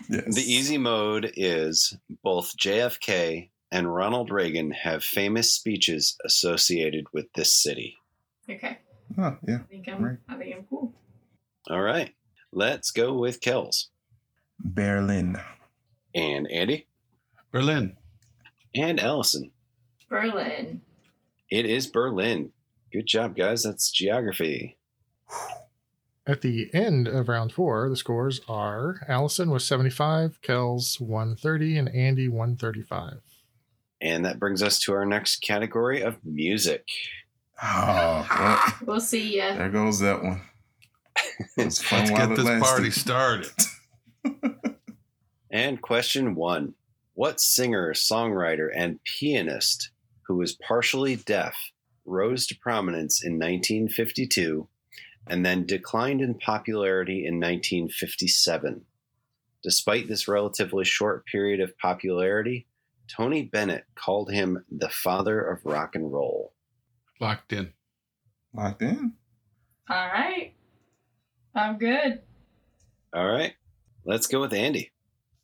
Speaker 4: The easy mode is both JFK and Ronald Reagan have famous speeches associated with this city.
Speaker 3: okay.
Speaker 2: Oh, yeah.
Speaker 3: I think I'm, I think I'm cool.
Speaker 4: All right. Let's go with Kells
Speaker 2: Berlin.
Speaker 4: and Andy
Speaker 1: Berlin.
Speaker 4: and Allison.
Speaker 3: Berlin.
Speaker 4: It is Berlin. Good job, guys. That's geography.
Speaker 5: At the end of round four, the scores are Allison with 75, Kells 130, and Andy 135.
Speaker 4: And that brings us to our next category of music.
Speaker 2: Oh, well,
Speaker 3: We'll see ya.
Speaker 2: there goes that one. It was fun
Speaker 1: Let's
Speaker 2: while
Speaker 1: get
Speaker 2: it
Speaker 1: this
Speaker 2: lasted.
Speaker 1: party started.
Speaker 4: And question one What singer, songwriter, and pianist who was partially deaf rose to prominence in 1952 and then declined in popularity in 1957? Despite this relatively short period of popularity, Tony Bennett called him the father of rock and roll.
Speaker 1: Locked in.
Speaker 2: Locked in.
Speaker 3: All right. I'm good.
Speaker 4: All right, let's go with Andy.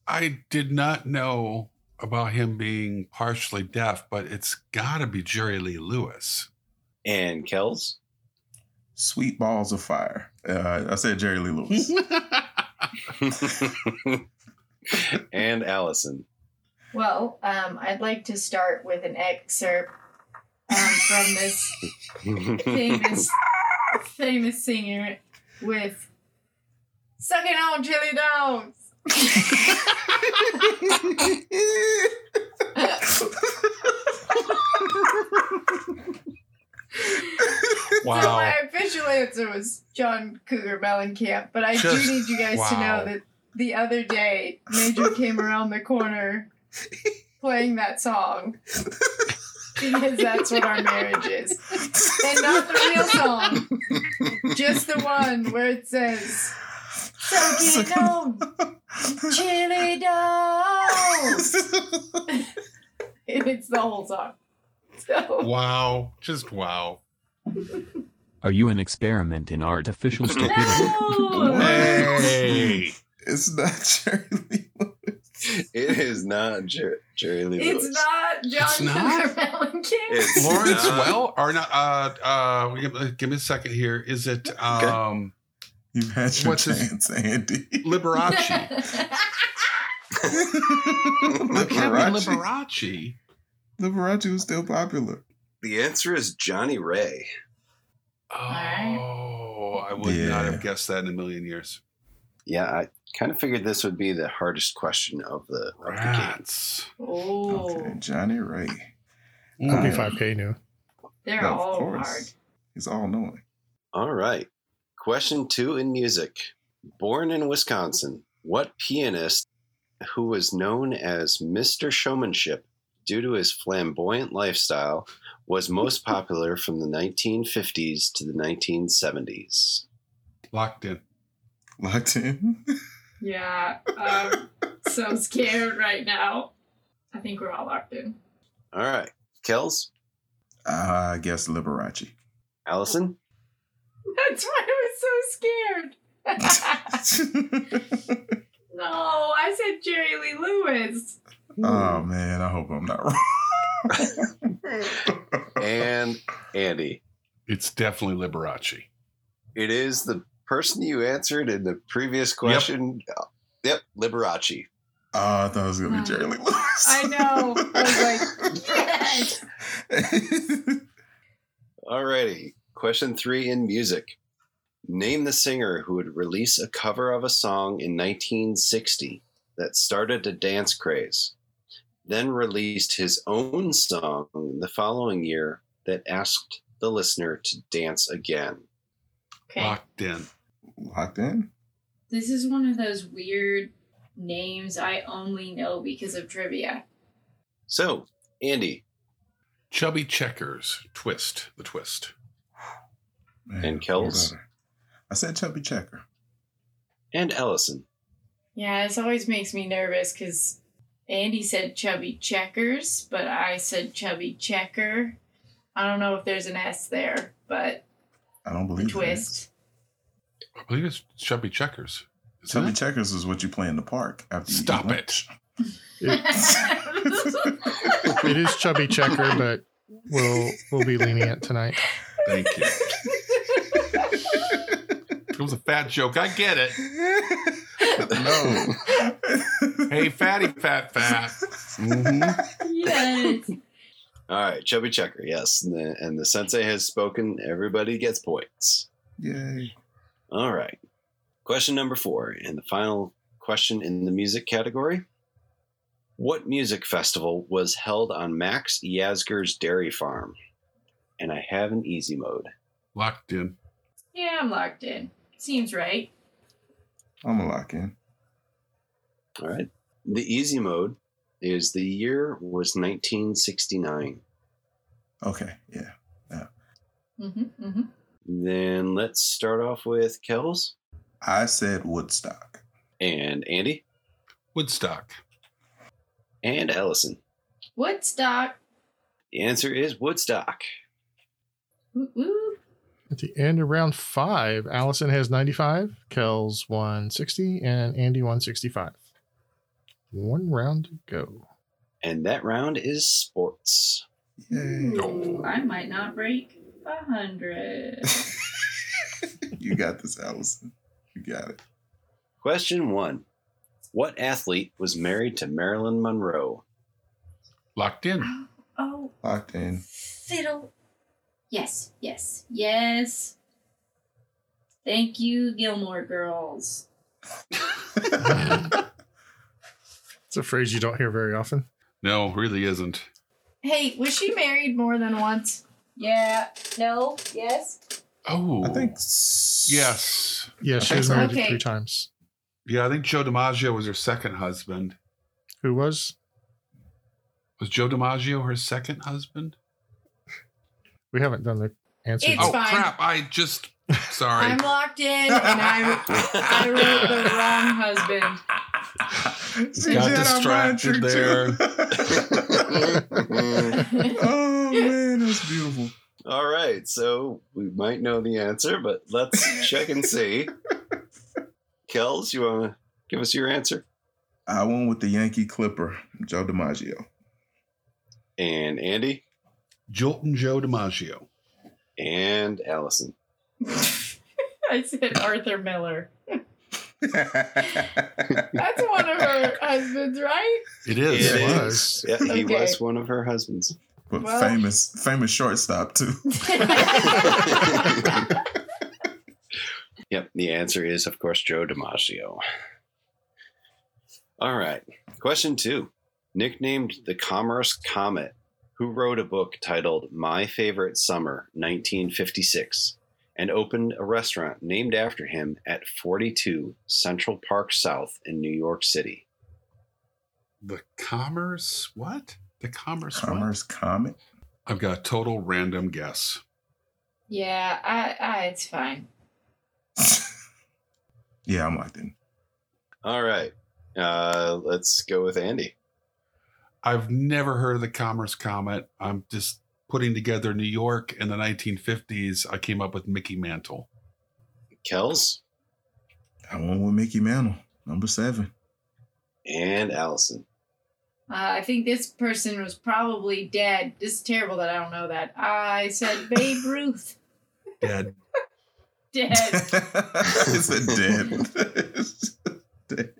Speaker 1: I did not know about him being partially deaf, but it's got to be Jerry Lee Lewis.
Speaker 4: And Kells?
Speaker 2: Sweet balls of fire. Uh, I said Jerry Lee Lewis.
Speaker 4: and Allison.
Speaker 3: Well, um, I'd like to start with an excerpt um, from this famous famous singer with sucking on chili dogs. So my
Speaker 1: Wow.
Speaker 3: official answer was John Cougar Mellencamp, but I
Speaker 1: Just-
Speaker 3: do need you guys to
Speaker 1: wow.
Speaker 3: know that the other day Major came around the corner playing that song because that's what our marriage is, and not the real song, just the one where it says "Soaking on chili dogs," and it's the whole song. So
Speaker 1: Wow. Just wow.
Speaker 9: Are you an experiment in artificial stupidity?
Speaker 3: no.
Speaker 1: Hey.
Speaker 2: it's not Jerry Lee Lewis.
Speaker 4: It is not Jer- Jerry Lee
Speaker 3: It's
Speaker 4: Lewis.
Speaker 3: not John
Speaker 1: not?
Speaker 3: Cougar Mellencamp.
Speaker 4: It's
Speaker 1: Lawrence
Speaker 4: not.
Speaker 1: Well or not uh uh give, give me a second here. Is it um
Speaker 2: You've had your
Speaker 1: What's his-
Speaker 2: chance, Andy.
Speaker 1: Liberace? It can't be
Speaker 2: Liberace.
Speaker 1: Liberace.
Speaker 2: Liberace was still popular.
Speaker 4: The answer is Johnny Ray.
Speaker 3: right.
Speaker 1: Oh, I would not
Speaker 2: Yeah.
Speaker 1: have guessed that in a million years.
Speaker 4: Yeah, I kind of figured this would be the hardest question of the, of the game.
Speaker 1: Rats.
Speaker 3: oh,
Speaker 2: Okay, Johnny Ray.
Speaker 5: It'll be
Speaker 2: Uh,
Speaker 5: 5K new.
Speaker 3: they're
Speaker 2: Of
Speaker 3: all
Speaker 2: course.
Speaker 3: hard.
Speaker 2: He's all knowing.
Speaker 4: All right. Question two in music. Born in Wisconsin, what pianist who was known as Mr. Showmanship due to his flamboyant lifestyle was most popular from the 1950s to the 1970s?
Speaker 1: Locked in.
Speaker 2: Locked in.
Speaker 3: Yeah. Um, so scared right now. I think we're all locked in.
Speaker 4: All right. Kells,
Speaker 2: I guess Liberace.
Speaker 4: Allison,
Speaker 3: That's why I was so scared. no, I said Jerry Lee Lewis.
Speaker 2: oh man, I hope I'm not wrong.
Speaker 4: and Andy.
Speaker 1: It's definitely Liberace.
Speaker 4: It is the person you answered in the previous question. Yep, Liberace.
Speaker 2: oh, I thought it was gonna be Jerry Lee Lewis.
Speaker 3: I know. I was Yes.
Speaker 2: like,
Speaker 4: Alrighty. Question three in music. Name the singer who would release a cover of a song in 1960 that started a dance craze, then released his own song the following year that asked the listener to dance again.
Speaker 3: Okay.
Speaker 1: Locked in.
Speaker 2: Locked in.
Speaker 3: This is one of those weird names I only know because of trivia.
Speaker 4: So, Andy
Speaker 1: Chubby Checkers. Twist. The twist.
Speaker 2: Man,
Speaker 4: And Kells?
Speaker 2: hold on. I said Chubby Checker.
Speaker 4: and Ellison.
Speaker 3: Yeah, this always makes me nervous because Andy said chubby checkers, but I said chubby checker. I don't know if there's an S there, but
Speaker 2: I don't
Speaker 3: the
Speaker 2: believe that.
Speaker 3: twist.
Speaker 1: I believe it's Chubby Checkers. isn't
Speaker 2: Chubby
Speaker 1: it?
Speaker 2: Checkers is what you play in the park after you eat
Speaker 1: Stop it.
Speaker 2: lunch.
Speaker 5: It is chubby checker, but we'll we'll be lenient tonight.
Speaker 1: Thank you. It was a fat joke. I get it.
Speaker 2: no.
Speaker 1: Hey, fatty, fat, fat.
Speaker 2: Mhm.
Speaker 3: yes.
Speaker 4: All right, Chubby Checker, yes. And the, and the sensei has spoken. Everybody gets points.
Speaker 2: Yay.
Speaker 4: All right. Question number four, and the final question in the music category. What music festival was held on Max Yazger's dairy farm? And I have an easy mode.
Speaker 1: Locked in.
Speaker 3: Yeah, I'm locked in. Seems right.
Speaker 2: I'm a lock in.
Speaker 4: All right. The easy mode is the year was 1969.
Speaker 2: Okay. Yeah.
Speaker 3: Mm-hmm, mm-hmm.
Speaker 4: Then let's start off with Kells
Speaker 2: I said Woodstock.
Speaker 4: and Andy
Speaker 1: Woodstock.
Speaker 4: and Ellison.
Speaker 3: Woodstock.
Speaker 4: The answer is Woodstock.
Speaker 3: Ooh, ooh.
Speaker 5: At the end of round five, Allison has 95, Kells 160, and Andy 165. One round to go.
Speaker 4: And that round is sports.
Speaker 2: Yay.
Speaker 3: Ooh, I might not break a hundred.
Speaker 2: you got this, Allison. You got it.
Speaker 4: Question one What athlete was married to Marilyn Monroe?
Speaker 1: Locked in.
Speaker 3: oh,
Speaker 2: Locked in.
Speaker 3: fiddle. Yes, yes, yes. Thank you, Gilmore Girls.
Speaker 5: It's a phrase you don't hear very often.
Speaker 1: No, really isn't.
Speaker 3: Hey, was she married more than once? Yeah. No. Yes.
Speaker 1: Oh,
Speaker 2: I think. s-
Speaker 1: yes.
Speaker 5: Yeah, she was
Speaker 3: Okay.
Speaker 5: married three times.
Speaker 1: Yeah, I think Joe DiMaggio was her second husband.
Speaker 5: Who was?
Speaker 1: Was Joe DiMaggio her second husband?
Speaker 5: We haven't done the answer.
Speaker 3: It's-
Speaker 5: yet.
Speaker 1: oh
Speaker 3: fine.
Speaker 1: crap! I just sorry.
Speaker 3: I'm locked in, and I I wrote the wrong husband.
Speaker 2: She
Speaker 1: Got
Speaker 2: said I
Speaker 1: distracted
Speaker 2: mind tricked you. oh man, that's beautiful.
Speaker 4: All right, so we might know the answer, but let's check and see. Kells, you want to give us your answer?
Speaker 2: I went with the Yankee Clipper, Joe DiMaggio.
Speaker 4: And Andy
Speaker 1: Jolton Joe DiMaggio.
Speaker 4: and Allison.
Speaker 3: I said Arthur Miller. That's one of her husbands, right?
Speaker 1: It
Speaker 4: is.
Speaker 1: is.
Speaker 4: It is.
Speaker 5: was.
Speaker 4: Yeah, he
Speaker 3: Okay.
Speaker 4: was one of her husbands.
Speaker 2: But
Speaker 3: Well-
Speaker 2: famous, famous shortstop too.
Speaker 4: Yep, the answer is, of course, Joe DiMaggio. All right, question two. Nicknamed the Commerce Comet, who wrote a book titled My Favorite Summer, 1956, and opened a restaurant named after him at 42 Central Park South in New York City?
Speaker 1: The Commerce. What? The Commerce. what?
Speaker 2: Commerce Comet.
Speaker 1: I've got a total random guess.
Speaker 3: yeah, I, I, it's fine.
Speaker 2: yeah, I'm locked in.
Speaker 4: All right, Uh, let's go with Andy.
Speaker 1: I've never heard of the Commerce Comet. I'm just putting together New York in the 1950s. I came up with Mickey Mantle.
Speaker 4: Kells
Speaker 2: I went with Mickey Mantle, number seven.
Speaker 4: and Allison.
Speaker 3: Uh, I think this person was probably dead. This is terrible that I don't know that. I said Babe Ruth.
Speaker 1: Dead.
Speaker 3: Dead.
Speaker 2: it's a dead. It's dead.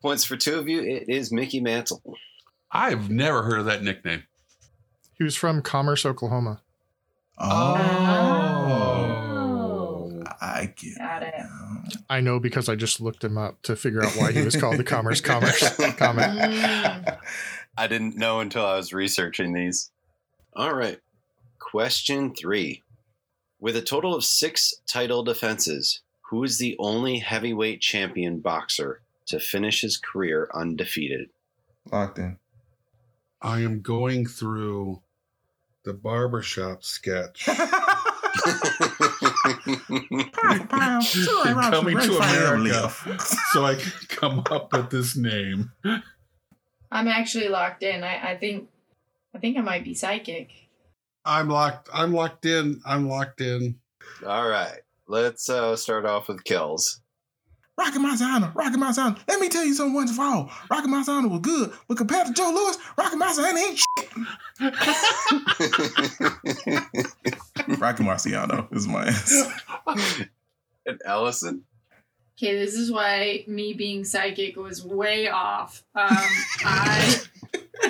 Speaker 4: Points for two of you. It is Mickey Mantle.
Speaker 1: I've never heard of that nickname.
Speaker 5: He was from Commerce, Oklahoma.
Speaker 2: Oh. I get Oh.
Speaker 3: Got it.
Speaker 2: now.
Speaker 5: I know because I just looked him up to figure out why he was called the Commerce Commerce Comet.
Speaker 3: Mm.
Speaker 4: I didn't know until I was researching these. All right. Question three. With a total of six title defenses, who is the only heavyweight champion boxer to finish his career undefeated?
Speaker 2: Locked in.
Speaker 1: I am going through the barbershop sketch. In coming to America, so I can come up with this name.
Speaker 3: I'm actually locked in. I, I think I think I might be psychic.
Speaker 1: I'm locked. I'm locked in. I'm locked in.
Speaker 4: All right. Let's uh, start off with Kells.
Speaker 2: Rocky Montana, Rocky Montana. Let me tell you something once for all. Rocky Montana was good, but compared to Joe Lewis, Rocky Montana ain't shit. Rocky Marciano is my answer.
Speaker 4: and Allison?
Speaker 3: Okay, this is why me being psychic was way off. Um, I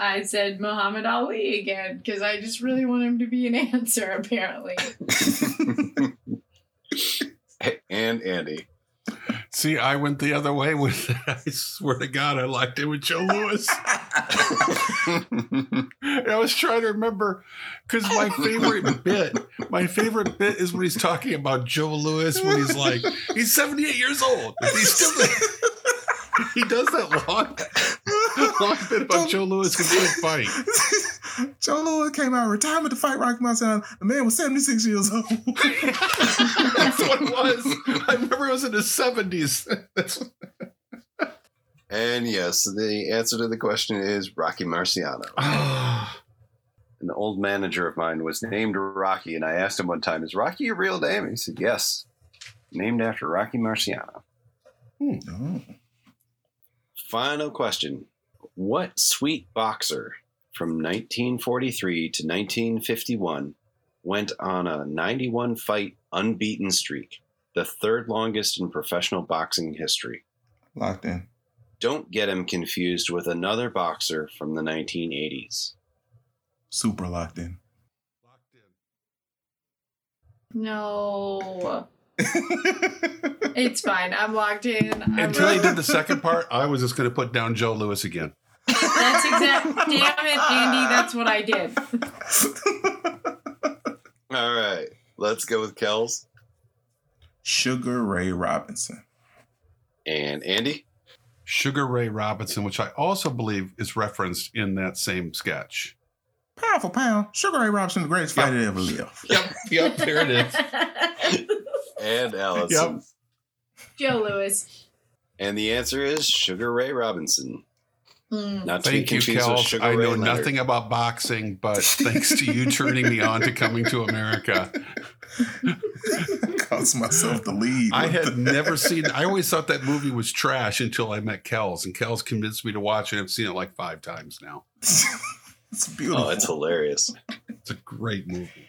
Speaker 3: I said Muhammad Ali again because I just really want him to be an answer. Apparently,
Speaker 4: and Andy.
Speaker 1: See, I went the other way with it. I swear to God, I locked in with Joe Lewis. And I was trying to remember because my favorite bit, my favorite bit is when he's talking about Joe Lewis when he's like, he's 78 years old. He's still he does that long, long bit about Joe Lewis who couldn't fight.
Speaker 2: Joe Lewis came out of retirement to fight Rocky Montana. The man was 76 years old.
Speaker 1: That's what it was. I remember it was in the 70s. That's what-
Speaker 4: And yes, the answer to the question is Rocky Marciano.
Speaker 1: Ah.
Speaker 4: An old manager of mine was named Rocky, and I asked him one time, Is Rocky your real name? He said, Yes. Named after Rocky Marciano.
Speaker 2: Oh.
Speaker 4: Final question What sweet boxer from 1943 to 1951 went on a 91 fight unbeaten streak, the third longest in professional boxing history?
Speaker 2: Locked in.
Speaker 4: Don't get him confused with another boxer from the 1980s.
Speaker 2: Super locked in.
Speaker 3: no, it's fine. I'm locked in. I'm
Speaker 1: Until he
Speaker 3: locked-
Speaker 1: did the second part, I was just going to put down Joe Lewis again.
Speaker 3: That's exact. Damn it, Andy. That's what I did.
Speaker 4: All right, let's go with Kells
Speaker 2: Sugar Ray Robinson.
Speaker 4: and Andy.
Speaker 1: Sugar Ray Robinson, which I also believe is referenced in that same sketch.
Speaker 2: Pound for pound, Sugar Ray Robinson, the greatest fighter to ever live.
Speaker 1: Yep, yep, there it is.
Speaker 4: And Allison.
Speaker 3: Joe Lewis.
Speaker 4: And the answer is Sugar Ray Robinson.
Speaker 3: Mm.
Speaker 4: Not to
Speaker 1: Thank
Speaker 4: be
Speaker 1: you,
Speaker 4: confused with
Speaker 1: Kel.
Speaker 4: Sugar
Speaker 1: I
Speaker 4: Ray
Speaker 1: know
Speaker 4: Leonard.
Speaker 1: nothing about boxing, but thanks to you turning me on to coming to America.
Speaker 2: Cost myself the lead.
Speaker 1: I had never seen I always thought that movie was trash until I met Kells, and Kells convinced me to watch it. I've seen it like five times now.
Speaker 2: it's beautiful.
Speaker 4: Oh, it's hilarious.
Speaker 1: It's a great movie.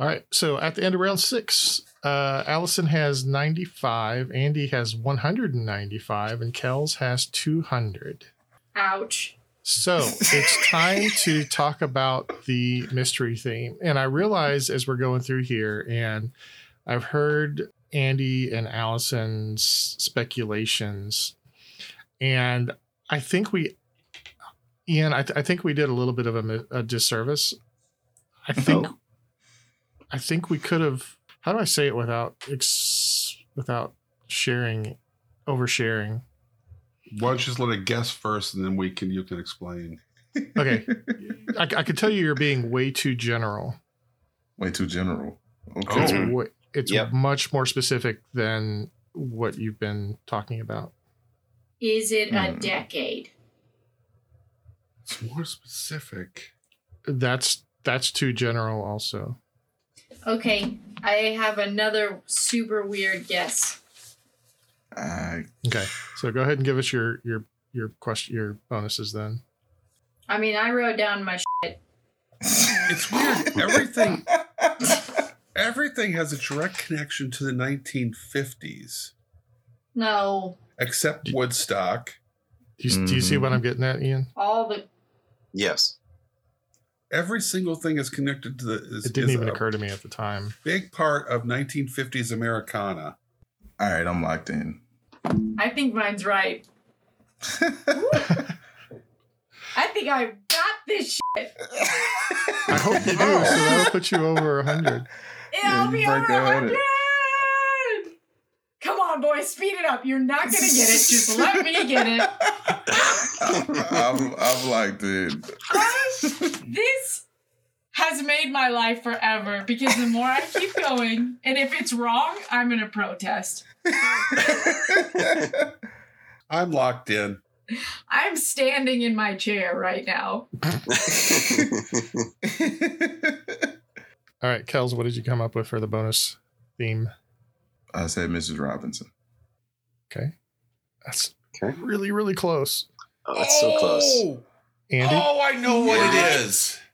Speaker 5: All right. So at the end of round six, uh, Allison has 95, Andy has 195, and Kells has 200.
Speaker 3: Ouch.
Speaker 5: So it's time to talk about the mystery theme. And I realize as we're going through here, and I've heard Andy and Allison's speculations, and I think we, Ian, I, th- I think we did a little bit of a, mi- a disservice. I think, I think we could have. How do I say it without ex- without sharing, oversharing?
Speaker 1: Why don't you just let it guess first and then we can you can explain.
Speaker 5: Okay, I, I could tell you you're being way too general.
Speaker 2: Way too general. Okay.
Speaker 5: It's
Speaker 4: Oh.
Speaker 5: wa- it's
Speaker 4: Yep.
Speaker 5: much more specific than what you've been talking about.
Speaker 10: Is it a
Speaker 1: Mm.
Speaker 2: Hmm.
Speaker 10: decade?
Speaker 1: It's more specific.
Speaker 5: That's that's too general also.
Speaker 10: Okay, I have another super weird guess.
Speaker 2: I
Speaker 5: Okay. So go ahead and give us your your your question your bonuses then.
Speaker 10: I mean, I wrote down my. Shit.
Speaker 1: It's weird. Everything everything has a direct connection to the 1950s,
Speaker 10: No,
Speaker 1: except Woodstock.
Speaker 5: Do you, do you
Speaker 2: Mhm.
Speaker 5: see
Speaker 4: Mm-hmm.
Speaker 5: what I'm getting at, Ian?
Speaker 10: all the
Speaker 4: Yes.
Speaker 1: Every single thing is connected to the. Is,
Speaker 5: It didn't
Speaker 1: is
Speaker 5: even
Speaker 1: a
Speaker 5: occur to me at the time.
Speaker 1: Big part of 1950s Americana.
Speaker 2: all right, I'm locked in.
Speaker 10: I think mine's right. I think I got this. Shit.
Speaker 5: I hope you do, so that'll put you over hundred.
Speaker 10: It'll
Speaker 2: you
Speaker 10: be
Speaker 2: might
Speaker 10: over
Speaker 2: go at it.
Speaker 10: hundred. Come on, boys, speed it up. You're not gonna get it. Just let me get it.
Speaker 2: I'm, I'm locked in.
Speaker 10: This has made my life forever because the more I keep going, and if it's wrong, I'm gonna protest.
Speaker 1: I'm locked in.
Speaker 10: I'm standing in my chair right now.
Speaker 4: Oh,
Speaker 5: All right, Kels, what did you come up with for the bonus theme?
Speaker 2: I said Mrs. Robinson.
Speaker 5: Okay. That's
Speaker 4: Okay.
Speaker 5: really, really close.
Speaker 4: Oh, that's so close.
Speaker 1: Oh,
Speaker 5: Andy?
Speaker 1: Oh, I know what
Speaker 10: What?
Speaker 1: it is.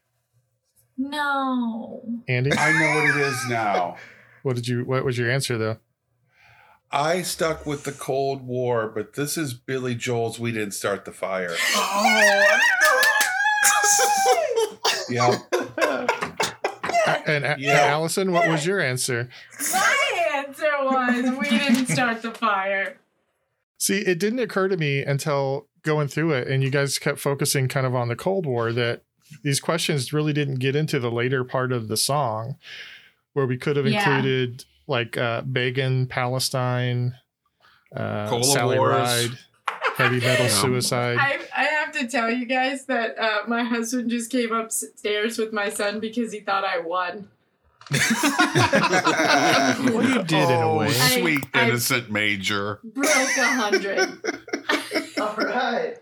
Speaker 10: No.
Speaker 5: Andy,
Speaker 1: I know what it is now.
Speaker 5: what did you what was your answer though?
Speaker 1: I stuck with the Cold War, but this is Billy Joel's We Didn't Start the Fire.
Speaker 2: Oh,
Speaker 1: Yeah.
Speaker 5: A- And, and
Speaker 1: Yeah.
Speaker 5: Allison, what was your answer?
Speaker 10: My answer was we didn't start the fire.
Speaker 5: See, it didn't occur to me until going through it, and you guys kept focusing kind of on the Cold War that these questions really didn't get into the later part of the song, where we could have
Speaker 10: Yeah.
Speaker 5: included like uh, Begin, Palestine, uh,
Speaker 1: Cola
Speaker 5: Sally
Speaker 1: Wars.
Speaker 5: Ride, Heavy Metal Suicide.
Speaker 10: I, I have to tell you guys that uh, my husband just came upstairs with my son because he thought I won.
Speaker 2: no.
Speaker 5: well, you did in a way.
Speaker 10: I-
Speaker 1: Oh, Sweet
Speaker 10: I-
Speaker 1: innocent major.
Speaker 10: Broke a hundred.
Speaker 11: All right.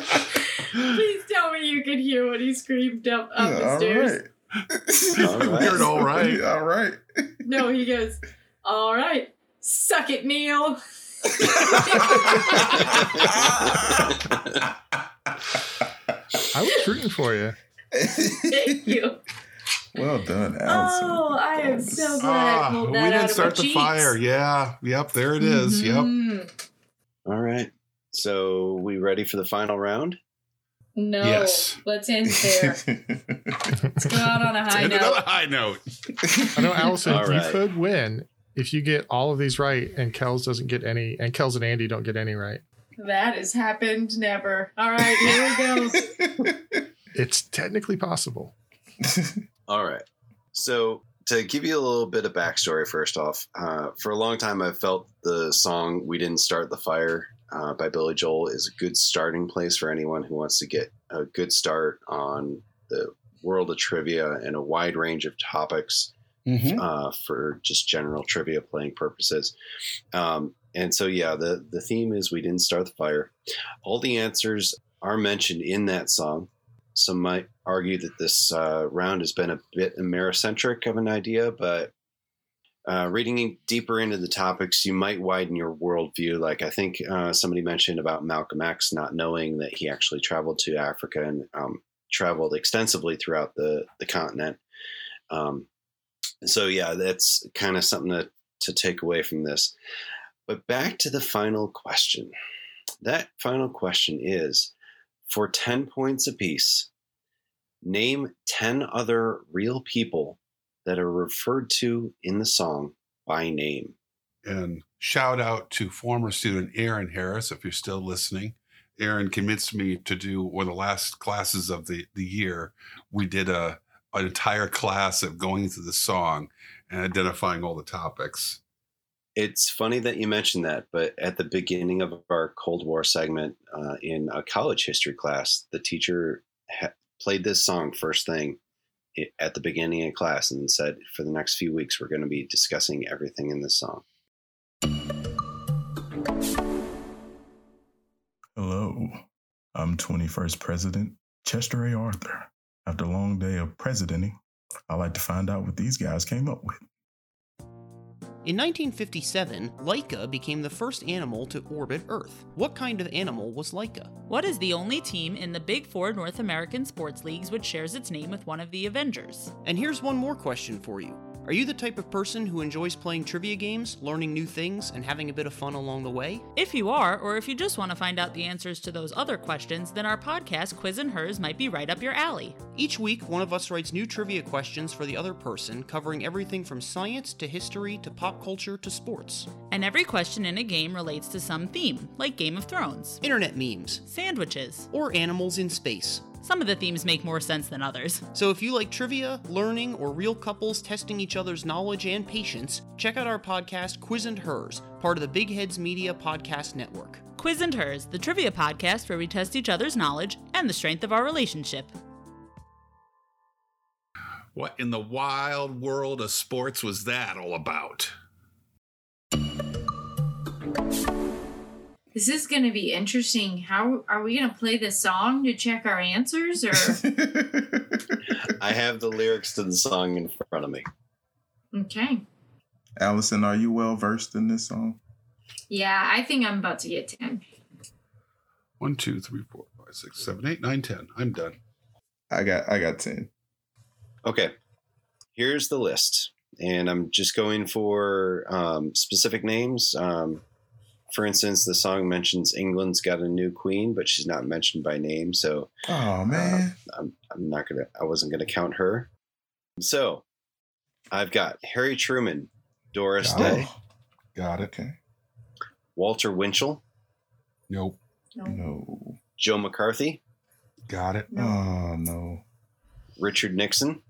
Speaker 10: Please tell me you could hear what he screamed up, up
Speaker 2: Yeah,
Speaker 10: the stairs.
Speaker 2: All right.
Speaker 1: Weird, all right.
Speaker 2: All right.
Speaker 10: No, he goes, All right, suck it, Neil.
Speaker 5: I was rooting for you.
Speaker 10: Thank you.
Speaker 2: well done, Allison.
Speaker 10: Oh, I am so glad I
Speaker 1: Ah,
Speaker 10: pulled
Speaker 1: we
Speaker 10: that out
Speaker 1: didn't
Speaker 10: of
Speaker 1: start
Speaker 10: my
Speaker 1: the
Speaker 10: cheeks.
Speaker 1: fire. Yeah. Yep. There it is. Yep.
Speaker 10: Mhm.
Speaker 4: All right. So we ready for the final round?
Speaker 10: No,
Speaker 1: Yes.
Speaker 10: let's end there. Let's go out on a high
Speaker 1: End it on a
Speaker 10: note.
Speaker 1: high note.
Speaker 5: I know, Allison,
Speaker 4: All
Speaker 5: you
Speaker 4: right.
Speaker 5: could win if you get all of these right, and Kels doesn't get any, and Kels and Andy don't get any right.
Speaker 10: That has happened never. All right, here we go.
Speaker 5: It's technically possible.
Speaker 4: All right. So to give you a little bit of backstory, first off, uh, for a long time I've felt the song "We Didn't Start the Fire" uh, by Billy Joel is a good starting place for anyone who wants to get a good start on the world of trivia and a wide range of topics uh, for just general trivia playing purposes. Um, and so, yeah, the, the theme is We Didn't Start the Fire. All the answers are mentioned in that song. Some might argue that this uh, round has been a bit Americentric of an idea, but uh, reading in- deeper into the topics, you might widen your worldview. Like I think uh, somebody mentioned about Malcolm X not knowing that he actually traveled to Africa and um, traveled extensively throughout the, the continent. Um, so yeah, that's kind of something to, to take away from this. But back to the final question. That final question is for 10 points apiece, name 10 other real people that are referred to in the song by name.
Speaker 1: And shout out to former student Aaron Harris, if you're still listening. Aaron convinced me to do one of the last classes of the, the year. We did a an entire class of going through the song and identifying all the topics.
Speaker 4: It's funny that you mentioned that, but at the beginning of our Cold War segment uh, in a college history class, the teacher ha- played this song first thing i- at the beginning of class and said, for the next few weeks, we're going to be discussing everything in this song.
Speaker 2: Hello, I'm 21st President Chester A. Arthur. After a long day of presidenting, I like to find out what these guys came up with.
Speaker 12: In 1957, Leica became the first animal to orbit Earth. What kind of animal was Leica?
Speaker 13: What is the only team in the Big Four North American sports leagues which shares its name with one of the Avengers?
Speaker 12: And here's one more question for you. Are you the type of person who enjoys playing trivia games, learning new things, and having a bit of fun along the way?
Speaker 13: If you are, or if you just want to find out the answers to those other questions, then our podcast, Quiz and Hers, might be right up your alley.
Speaker 12: Each week, one of us writes new trivia questions for the other person, covering everything from science to history to pop culture to sports.
Speaker 13: And every question in a game relates to some theme, like Game of Thrones,
Speaker 12: internet memes,
Speaker 13: sandwiches,
Speaker 12: or animals in space.
Speaker 13: Some of the themes make more sense than others.
Speaker 12: So if you like trivia, learning, or real couples testing each other's knowledge and patience, check out our podcast, Quiz and Hers, part of the Big Heads Media Podcast Network.
Speaker 13: Quiz and Hers, the trivia podcast where we test each other's knowledge and the strength of our relationship.
Speaker 1: What in the wild world of sports was that all about?
Speaker 3: This is going to be interesting. How are we going to play the song to check our answers? Or
Speaker 4: I have the lyrics to the song in front of me.
Speaker 3: okay,
Speaker 2: Allison, are you well versed in this song?
Speaker 3: yeah, I think I'm about to get ten.
Speaker 1: One, two, three, four, five, six, seven, eight, nine, ten. I'm done.
Speaker 2: I got I got 10.
Speaker 4: Okay, here's the list, and I'm just going for um, specific names. Um, for instance, the song mentions England's got a new queen, but she's not mentioned by name, so
Speaker 1: Uh,
Speaker 2: Oh man.
Speaker 4: I'm, I'm not gonna. I wasn't gonna count her. So, I've got Harry Truman, Doris
Speaker 2: Got
Speaker 4: Day,
Speaker 2: it. Got it. Okay.
Speaker 4: Walter Winchell,
Speaker 1: Nope.
Speaker 2: No.
Speaker 4: Joe McCarthy,
Speaker 1: Got it.
Speaker 2: Oh no.
Speaker 4: Richard Nixon.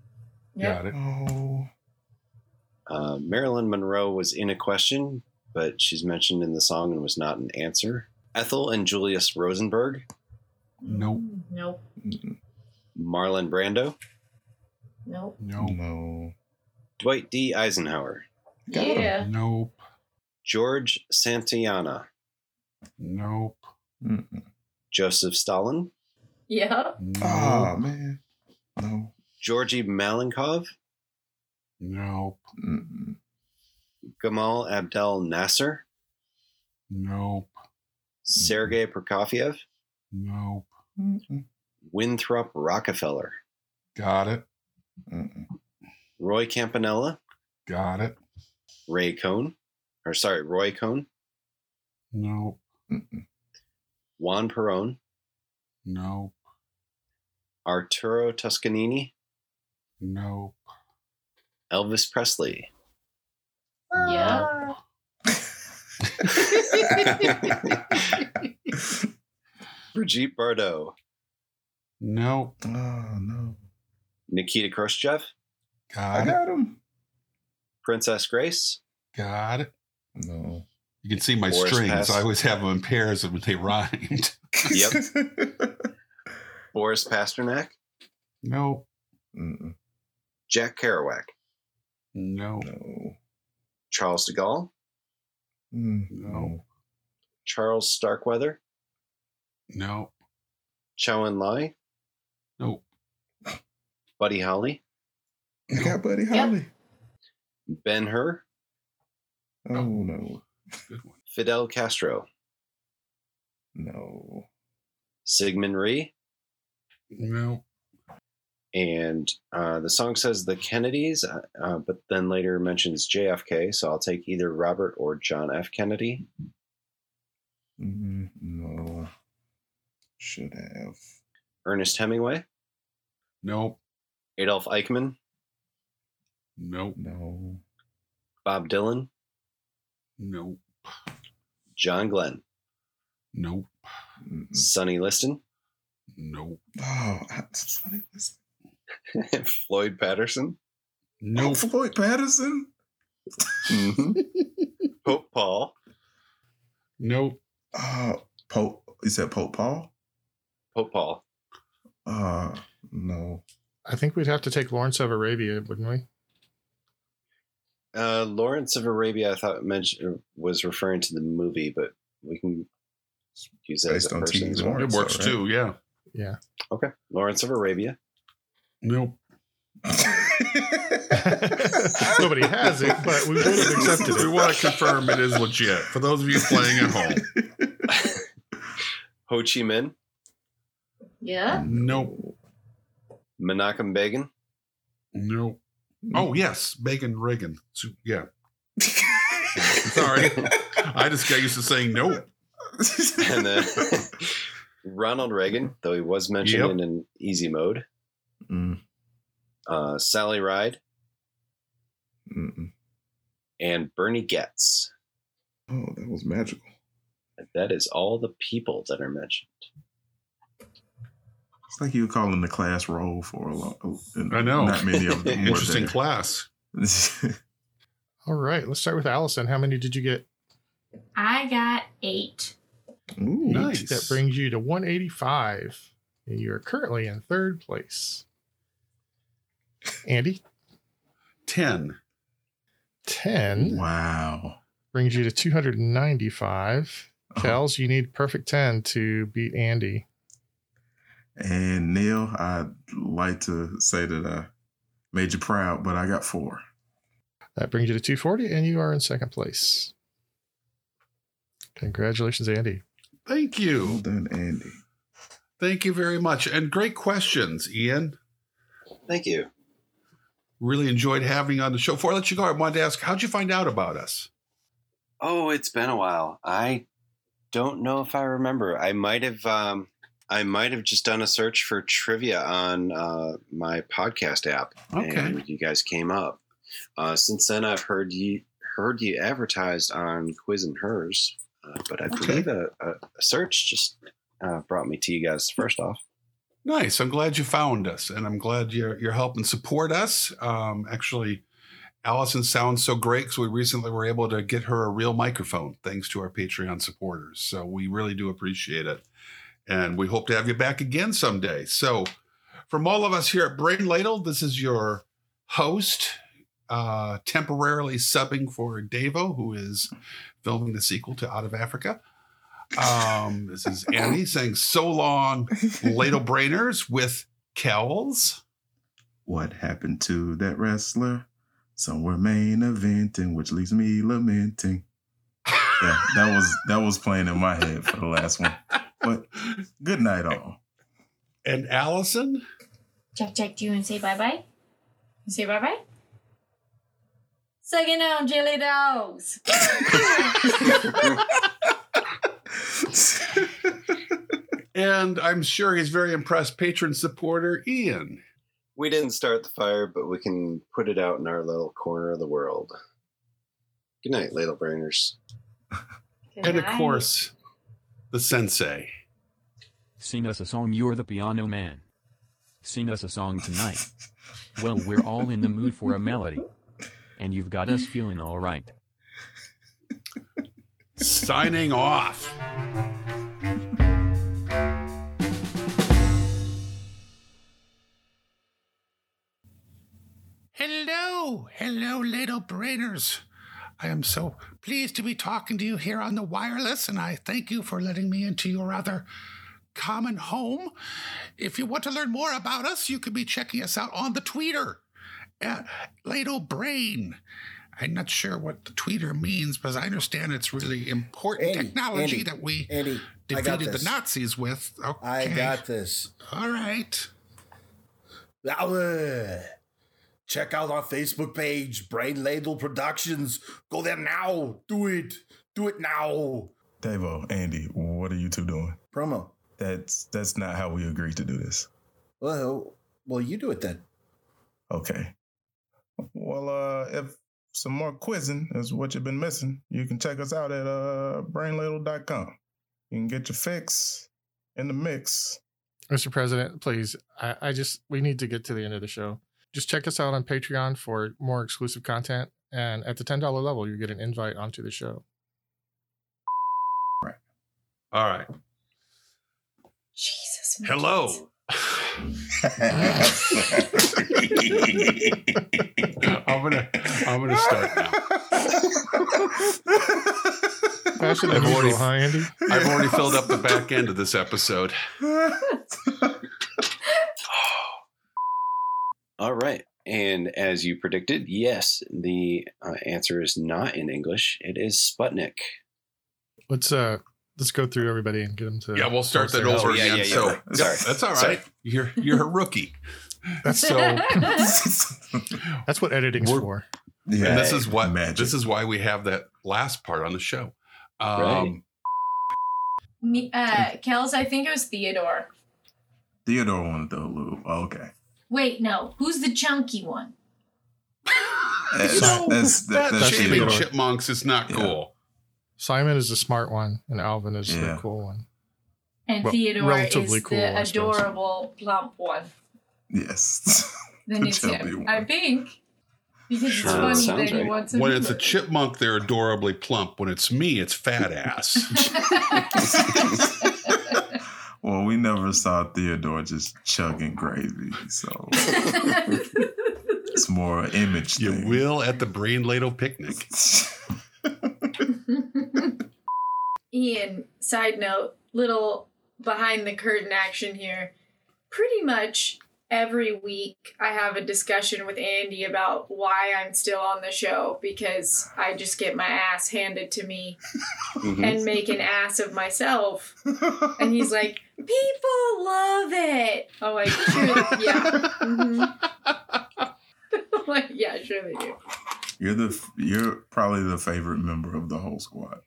Speaker 1: Got it.
Speaker 2: Oh.
Speaker 4: Uh, Marilyn Monroe was in a question, but she's mentioned in the song and was not an answer. Ethel and Julius Rosenberg,
Speaker 1: Nope.
Speaker 3: Nope.
Speaker 2: Mm,
Speaker 4: Marlon Brando,
Speaker 3: Nope.
Speaker 1: Nope.
Speaker 2: No.
Speaker 4: Dwight D. Eisenhower,
Speaker 2: Got it.
Speaker 3: yeah.
Speaker 1: Nope.
Speaker 4: George Santayana,
Speaker 1: Nope.
Speaker 2: Mm-mm.
Speaker 4: Joseph Stalin,
Speaker 3: Yeah.
Speaker 2: Oh
Speaker 1: Nope.
Speaker 2: man. No.
Speaker 4: Georgi Malenkov,
Speaker 1: Nope.
Speaker 2: Mm-mm.
Speaker 4: Gamal Abdel Nasser,
Speaker 1: Nope.
Speaker 4: Sergei Prokofiev,
Speaker 1: Nope.
Speaker 2: Mm-mm.
Speaker 4: Winthrop Rockefeller,
Speaker 1: Got it.
Speaker 2: Mm-mm.
Speaker 4: Roy Campanella,
Speaker 1: Got it.
Speaker 4: Ray Cohn, or sorry, Roy Cohn,
Speaker 1: Nope.
Speaker 2: Mm-mm.
Speaker 4: Juan Perón,
Speaker 1: Nope.
Speaker 4: Arturo Toscanini,
Speaker 1: Nope.
Speaker 4: Elvis Presley.
Speaker 3: Yeah.
Speaker 4: Brigitte Bardot,
Speaker 1: Nope.
Speaker 2: Oh no.
Speaker 4: Nikita Khrushchev,
Speaker 2: I
Speaker 1: Got it.
Speaker 2: got him.
Speaker 4: Princess Grace,
Speaker 1: Got it.
Speaker 2: No.
Speaker 1: You can see my
Speaker 4: Forest
Speaker 1: strings.
Speaker 4: Pass.
Speaker 1: I always have them in pairs and they rhymed.
Speaker 4: Yep. Boris Pasternak,
Speaker 1: Nope.
Speaker 2: Mm-mm.
Speaker 4: Jack Kerouac,
Speaker 1: Nope.
Speaker 2: No.
Speaker 4: Charles de Gaulle,
Speaker 2: Mm,
Speaker 1: No.
Speaker 4: Charles Starkweather,
Speaker 1: Nope.
Speaker 4: Chow En Lai,
Speaker 1: Nope.
Speaker 4: Buddy Holly,
Speaker 2: I got Buddy Holly.
Speaker 4: Ben Hur,
Speaker 2: Oh no.
Speaker 1: Good one.
Speaker 4: Fidel Castro,
Speaker 2: No.
Speaker 4: Sigmund Rhee,
Speaker 1: Nope.
Speaker 4: and uh, the song says the Kennedys, uh, uh, but then later mentions JFK. So I'll take either Robert or John F. Kennedy.
Speaker 2: Mm, No. Should have.
Speaker 4: Ernest Hemingway,
Speaker 1: Nope.
Speaker 4: Adolf Eichmann,
Speaker 1: Nope.
Speaker 2: No.
Speaker 4: Bob Dylan,
Speaker 1: Nope.
Speaker 4: John Glenn,
Speaker 1: Nope.
Speaker 2: Mm-mm.
Speaker 4: Sonny Liston,
Speaker 1: Nope.
Speaker 2: Oh, I, somebody was-
Speaker 4: Floyd Patterson,
Speaker 2: oh,
Speaker 1: Nope.
Speaker 2: Floyd Patterson.
Speaker 4: Pope Paul,
Speaker 1: Nope.
Speaker 2: Oh, Pope. Is that Pope Paul?
Speaker 4: Pope Paul,
Speaker 2: Uh, no.
Speaker 5: I think we'd have to take Lawrence of Arabia, wouldn't we?
Speaker 4: Uh, Lawrence of Arabia, I thought mentioned er, was referring to the movie, but we can use that
Speaker 2: Based
Speaker 4: as a
Speaker 2: on
Speaker 4: person.
Speaker 2: TV
Speaker 4: as
Speaker 2: Lawrence,
Speaker 4: well.
Speaker 1: It works
Speaker 2: though,
Speaker 1: too. Yeah.
Speaker 5: Yeah.
Speaker 4: Okay, Lawrence of Arabia.
Speaker 1: Nope.
Speaker 5: Nobody has it, but we would have accepted
Speaker 1: We
Speaker 5: it.
Speaker 1: want to confirm it is legit for those of you playing at home.
Speaker 4: Ho Chi Minh,
Speaker 3: Yeah.
Speaker 1: Nope.
Speaker 4: Menachem Begin.
Speaker 1: Nope. Oh yes, Megan Reagan. So, yeah. Sorry, I just got used to saying nope.
Speaker 4: and then Ronald Reagan, though he was mentioned
Speaker 1: Yep.
Speaker 4: in an easy mode.
Speaker 2: Mm,
Speaker 4: Uh, Sally Ride
Speaker 2: mm-mm.
Speaker 4: and Bernie Getz.
Speaker 2: oh, that was magical.
Speaker 4: That is all the people that are mentioned.
Speaker 2: It's like you were calling the class roll for a long.
Speaker 1: I know.
Speaker 2: Not many of them. were
Speaker 1: Interesting
Speaker 2: there.
Speaker 1: class.
Speaker 5: All right, let's start with Allison. How many did you get?
Speaker 3: I got eight.
Speaker 2: Ooh,
Speaker 1: Nice.
Speaker 5: That brings you to 185. And You're currently in third place. Andy,
Speaker 1: Ten.
Speaker 5: 10
Speaker 2: Wow. Uh,
Speaker 5: brings you to 295.
Speaker 2: Uh-huh.
Speaker 5: Kels, you need perfect 10 to beat Andy.
Speaker 2: And Neil, I'd like to say that I made you proud, but I got four.
Speaker 5: That brings you to 240, and you are in second place. Congratulations, Andy.
Speaker 1: Thank
Speaker 2: Well
Speaker 1: you.
Speaker 2: done, Andy.
Speaker 1: Thank you very much. And great questions, Ian.
Speaker 4: Thank you.
Speaker 1: Really enjoyed having you on the show. Before I let you go, I wanted to ask, how'd you find out about us?
Speaker 4: Oh, it's been a while. I don't know if I remember. I might have. Um, I might have just done a search for trivia on uh, my podcast app,
Speaker 1: Okay.
Speaker 4: and you guys came up. Uh, since then, I've heard you heard you advertised on Quiz and Hers, uh, but I
Speaker 1: Okay.
Speaker 4: believe a, a, a search just uh, brought me to you guys first off.
Speaker 1: Nice. I'm glad you found us, and I'm glad you're you're helping support us. Um, actually, Allison sounds so great because we recently were able to get her a real microphone thanks to our Patreon supporters. So we really do appreciate it, and we hope to have you back again someday. So, from all of us here at Brain Ladle, this is your host, uh, temporarily subbing for Davo, who is filming the sequel to Out of Africa. Um, this is Andy saying so long. Ladle Brainers with Kells.
Speaker 2: What happened to that wrestler? Somewhere main eventing, which leaves me lamenting. Yeah, that was that was playing in my head for the last one. But good night, all.
Speaker 1: And Allison?
Speaker 8: Jack, Jack, do you want to say bye bye?
Speaker 3: You say bye bye.
Speaker 8: Suck it down, jelly dogs.
Speaker 1: And I'm sure he's very impressed patron supporter, Ian.
Speaker 4: We didn't start the fire, but we can put it out in our little corner of the world. Good night, ladle brainers.
Speaker 1: And of course, the sensei.
Speaker 9: Sing us a song, you're the piano man. Sing us a song tonight. well, we're all in the mood for a melody. And you've got us feeling all right.
Speaker 1: Signing off. Hello, hello, little brainers. I am so pleased to be talking to you here on the wireless, and I thank you for letting me into your rather common home. If you want to learn more about us, you can be checking us out on the tweeter at Ladle Brain. I'm not sure what the tweeter means, but I understand it's really important
Speaker 10: Andy,
Speaker 1: technology
Speaker 10: Andy,
Speaker 1: that we
Speaker 10: Andy, I got
Speaker 1: defeated the
Speaker 10: this.
Speaker 1: Nazis with. Okay.
Speaker 10: I got this.
Speaker 1: All right.
Speaker 10: Bleh. Check out our Facebook page, Brain Ladle Productions. Go there now. Do it. Do it now.
Speaker 2: Davo, Andy, what are you two doing?
Speaker 10: Promo.
Speaker 2: That's that's not how we agreed to do this.
Speaker 10: Well, well, you do it then.
Speaker 2: Okay. Well, uh, if some more quizzing is what you've been missing, you can check us out at uh, brainladle.com. You can get your fix in the mix.
Speaker 5: Mr. President, please, I, I just, we need to get to the end of the show. Just check us out on Patreon for more exclusive content. And at the $10 level, you get an invite onto the show.
Speaker 1: All right.
Speaker 3: Jesus. my
Speaker 1: Hello.
Speaker 3: kids.
Speaker 1: I'm gonna I'm gonna start now.
Speaker 5: Faster than
Speaker 1: I've already-
Speaker 5: usual, huh, Andy?
Speaker 1: I've already filled up the back end of this episode.
Speaker 4: All right. And as you predicted, yes, the uh, answer is not in English. It is Sputnik.
Speaker 5: Let's uh, let's go through everybody and get them to.
Speaker 1: Yeah, we'll start that
Speaker 5: Oh,
Speaker 1: over
Speaker 4: yeah,
Speaker 1: again.
Speaker 4: yeah, yeah.
Speaker 1: So
Speaker 4: Sorry.
Speaker 1: that's- that's all
Speaker 4: Sorry.
Speaker 1: right. You're you're a rookie.
Speaker 5: That's so. That's what editing's
Speaker 1: We're-
Speaker 5: for.
Speaker 1: And this is what this is why we have that last part on the show. Um,
Speaker 4: Right.
Speaker 10: Ne- Uh, Kels, I think it was Theodore.
Speaker 2: Theodore wanted the Hulu. Oh, okay.
Speaker 10: Wait, no. Who's the chunky one?
Speaker 2: That's, that's,
Speaker 1: That
Speaker 2: that, that's
Speaker 1: Jamie
Speaker 2: Theodore.
Speaker 1: and Chipmunks is not cool.
Speaker 5: Simon is the smart one, and Alvin is
Speaker 2: Yeah.
Speaker 5: the cool one.
Speaker 10: And
Speaker 5: Well,
Speaker 10: Theodore is
Speaker 5: relatively cool,
Speaker 10: the
Speaker 5: I suppose.
Speaker 10: adorable plump one.
Speaker 2: Yes.
Speaker 10: Then
Speaker 2: The
Speaker 10: it's him.
Speaker 2: chubby
Speaker 10: I think. Because it's
Speaker 1: Sure,
Speaker 10: funny
Speaker 1: sounds
Speaker 10: that he
Speaker 1: right.
Speaker 10: wants
Speaker 1: When
Speaker 10: to
Speaker 1: it's a chipmunk, they're adorably plump. When it's me, it's fat ass.
Speaker 2: Well, we never saw Theodore just chugging gravy, so it's more an image.
Speaker 1: you will at the Brain Ladle picnic.
Speaker 10: Ian, side note, little behind the curtain action here. Pretty much every week I have a discussion with Andy about why I'm still on the show because I just get my ass handed to me
Speaker 4: Mm-hmm.
Speaker 10: and make an ass of myself. And he's like, people love it. I'm like, sure, yeah.
Speaker 1: Mm-hmm.
Speaker 10: mhm." I'm like, yeah, sure they do.
Speaker 2: You're the you're probably the favorite member of the whole squad.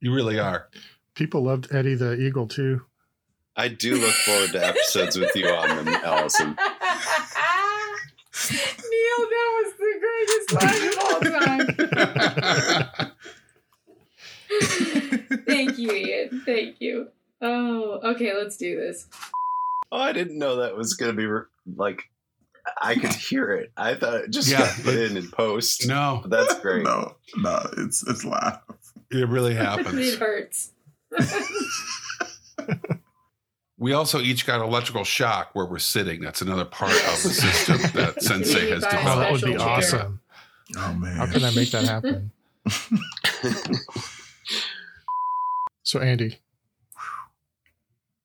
Speaker 1: You really are.
Speaker 5: People loved Eddie the Eagle too.
Speaker 4: I do look forward to episodes with you on them, Allison.
Speaker 10: Neil, that was the greatest line of all time. Thank you, Ian. Thank you. Oh, okay, let's do this.
Speaker 4: Oh, I didn't know that was going to be re- like. I could hear it. I thought it just
Speaker 1: Yeah,
Speaker 4: got put
Speaker 1: it-
Speaker 4: in in post.
Speaker 1: No,
Speaker 4: That's great.
Speaker 2: No, no, it's it's live.
Speaker 1: it really happens.
Speaker 10: it hurts.
Speaker 1: We also each got electrical shock where we're sitting. That's another part of the system that Sensei has
Speaker 10: Buy
Speaker 5: Oh, that
Speaker 10: a
Speaker 1: developed.
Speaker 5: would be
Speaker 10: Special chair.
Speaker 5: awesome.
Speaker 2: Oh man,
Speaker 5: How can I make that happen? so Andy,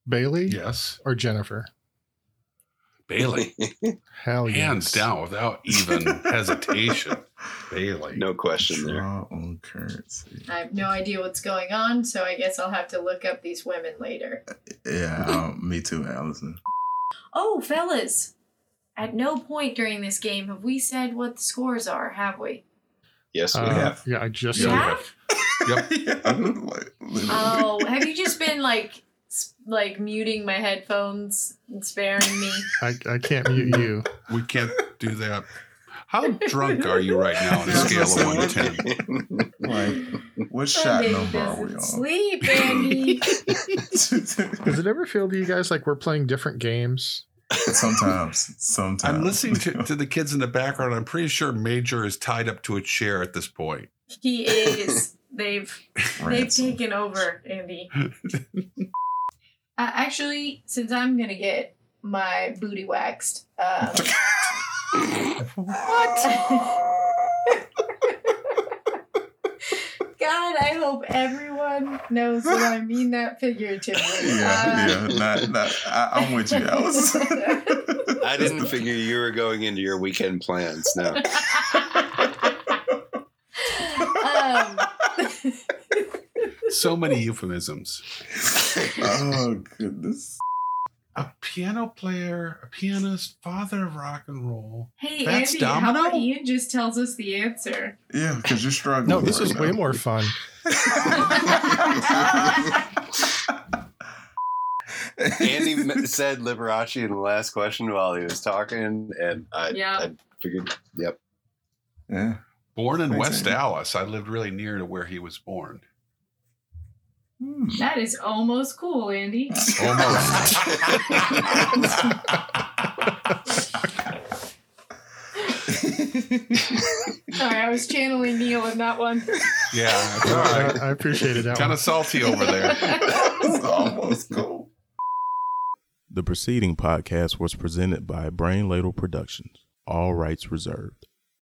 Speaker 5: Bailey,
Speaker 1: Yes,
Speaker 5: or Jennifer?
Speaker 1: Bailey,
Speaker 5: Hell yeah!
Speaker 1: hands down, without even hesitation. Bailey,
Speaker 4: No question there.
Speaker 2: draw on currency?
Speaker 10: I have no idea what's going on, so I guess I'll have to look up these women later.
Speaker 2: Yeah, um, me too, Allison.
Speaker 10: Oh, fellas. At no point during this game have we said what the scores are, have we?
Speaker 4: Yes, we
Speaker 5: Uh,
Speaker 4: have.
Speaker 5: yeah, I just
Speaker 1: Yeah. we
Speaker 5: said
Speaker 1: have. Yep.
Speaker 2: yeah, like, literally.
Speaker 10: Oh, have you just been like s- like muting my headphones and sparing me?
Speaker 5: I, I can't mute you.
Speaker 1: we can't do that. How drunk are you right now on a scale of one to ten?
Speaker 2: like, what
Speaker 10: That
Speaker 2: shot
Speaker 10: baby
Speaker 2: number are we
Speaker 10: doesn't
Speaker 2: on?
Speaker 10: Sleep, Andy.
Speaker 5: Does it ever feel to you guys like we're playing different games?
Speaker 2: sometimes, sometimes.
Speaker 1: I'm listening to, to the kids in the background. I'm pretty sure Major is tied up to a chair at this point.
Speaker 10: he is. They've they've
Speaker 2: Ransom.
Speaker 10: taken over, Andy. uh, actually, since I'm gonna get my booty waxed, uh, God, I hope everyone knows that I mean that figuratively. Uh,
Speaker 2: Yeah, yeah. Not, not, I, I'm with you, Allison.
Speaker 4: I didn't figure you were going into your weekend plans. No.
Speaker 10: um,
Speaker 1: So many euphemisms.
Speaker 2: oh goodness.
Speaker 1: A piano player, a pianist, father of rock and roll.
Speaker 10: hey,
Speaker 1: That's
Speaker 10: Andy,
Speaker 1: domino?
Speaker 10: how about Ian just tells us the answer?
Speaker 2: Yeah, because you're struggling.
Speaker 5: No, this
Speaker 2: right
Speaker 5: is way
Speaker 2: now.
Speaker 5: more fun.
Speaker 4: Andy m- said Liberace in the last question while he was talking, and I,
Speaker 10: Yeah.
Speaker 4: I figured, yep.
Speaker 2: Yeah.
Speaker 1: Born in
Speaker 2: Thanks,
Speaker 1: West
Speaker 2: Andy.
Speaker 1: Dallas, I lived really near to where he was born.
Speaker 2: Hmm.
Speaker 10: That is almost cool, Andy.
Speaker 1: Almost.
Speaker 10: Sorry, I was channeling Neil in that one.
Speaker 1: yeah, that's all
Speaker 5: I,
Speaker 1: right.
Speaker 5: I appreciated that.
Speaker 1: Kind
Speaker 5: One.
Speaker 1: of salty over there.
Speaker 2: That's almost cool. The preceding podcast was presented by Brain Ladle Productions, all rights reserved.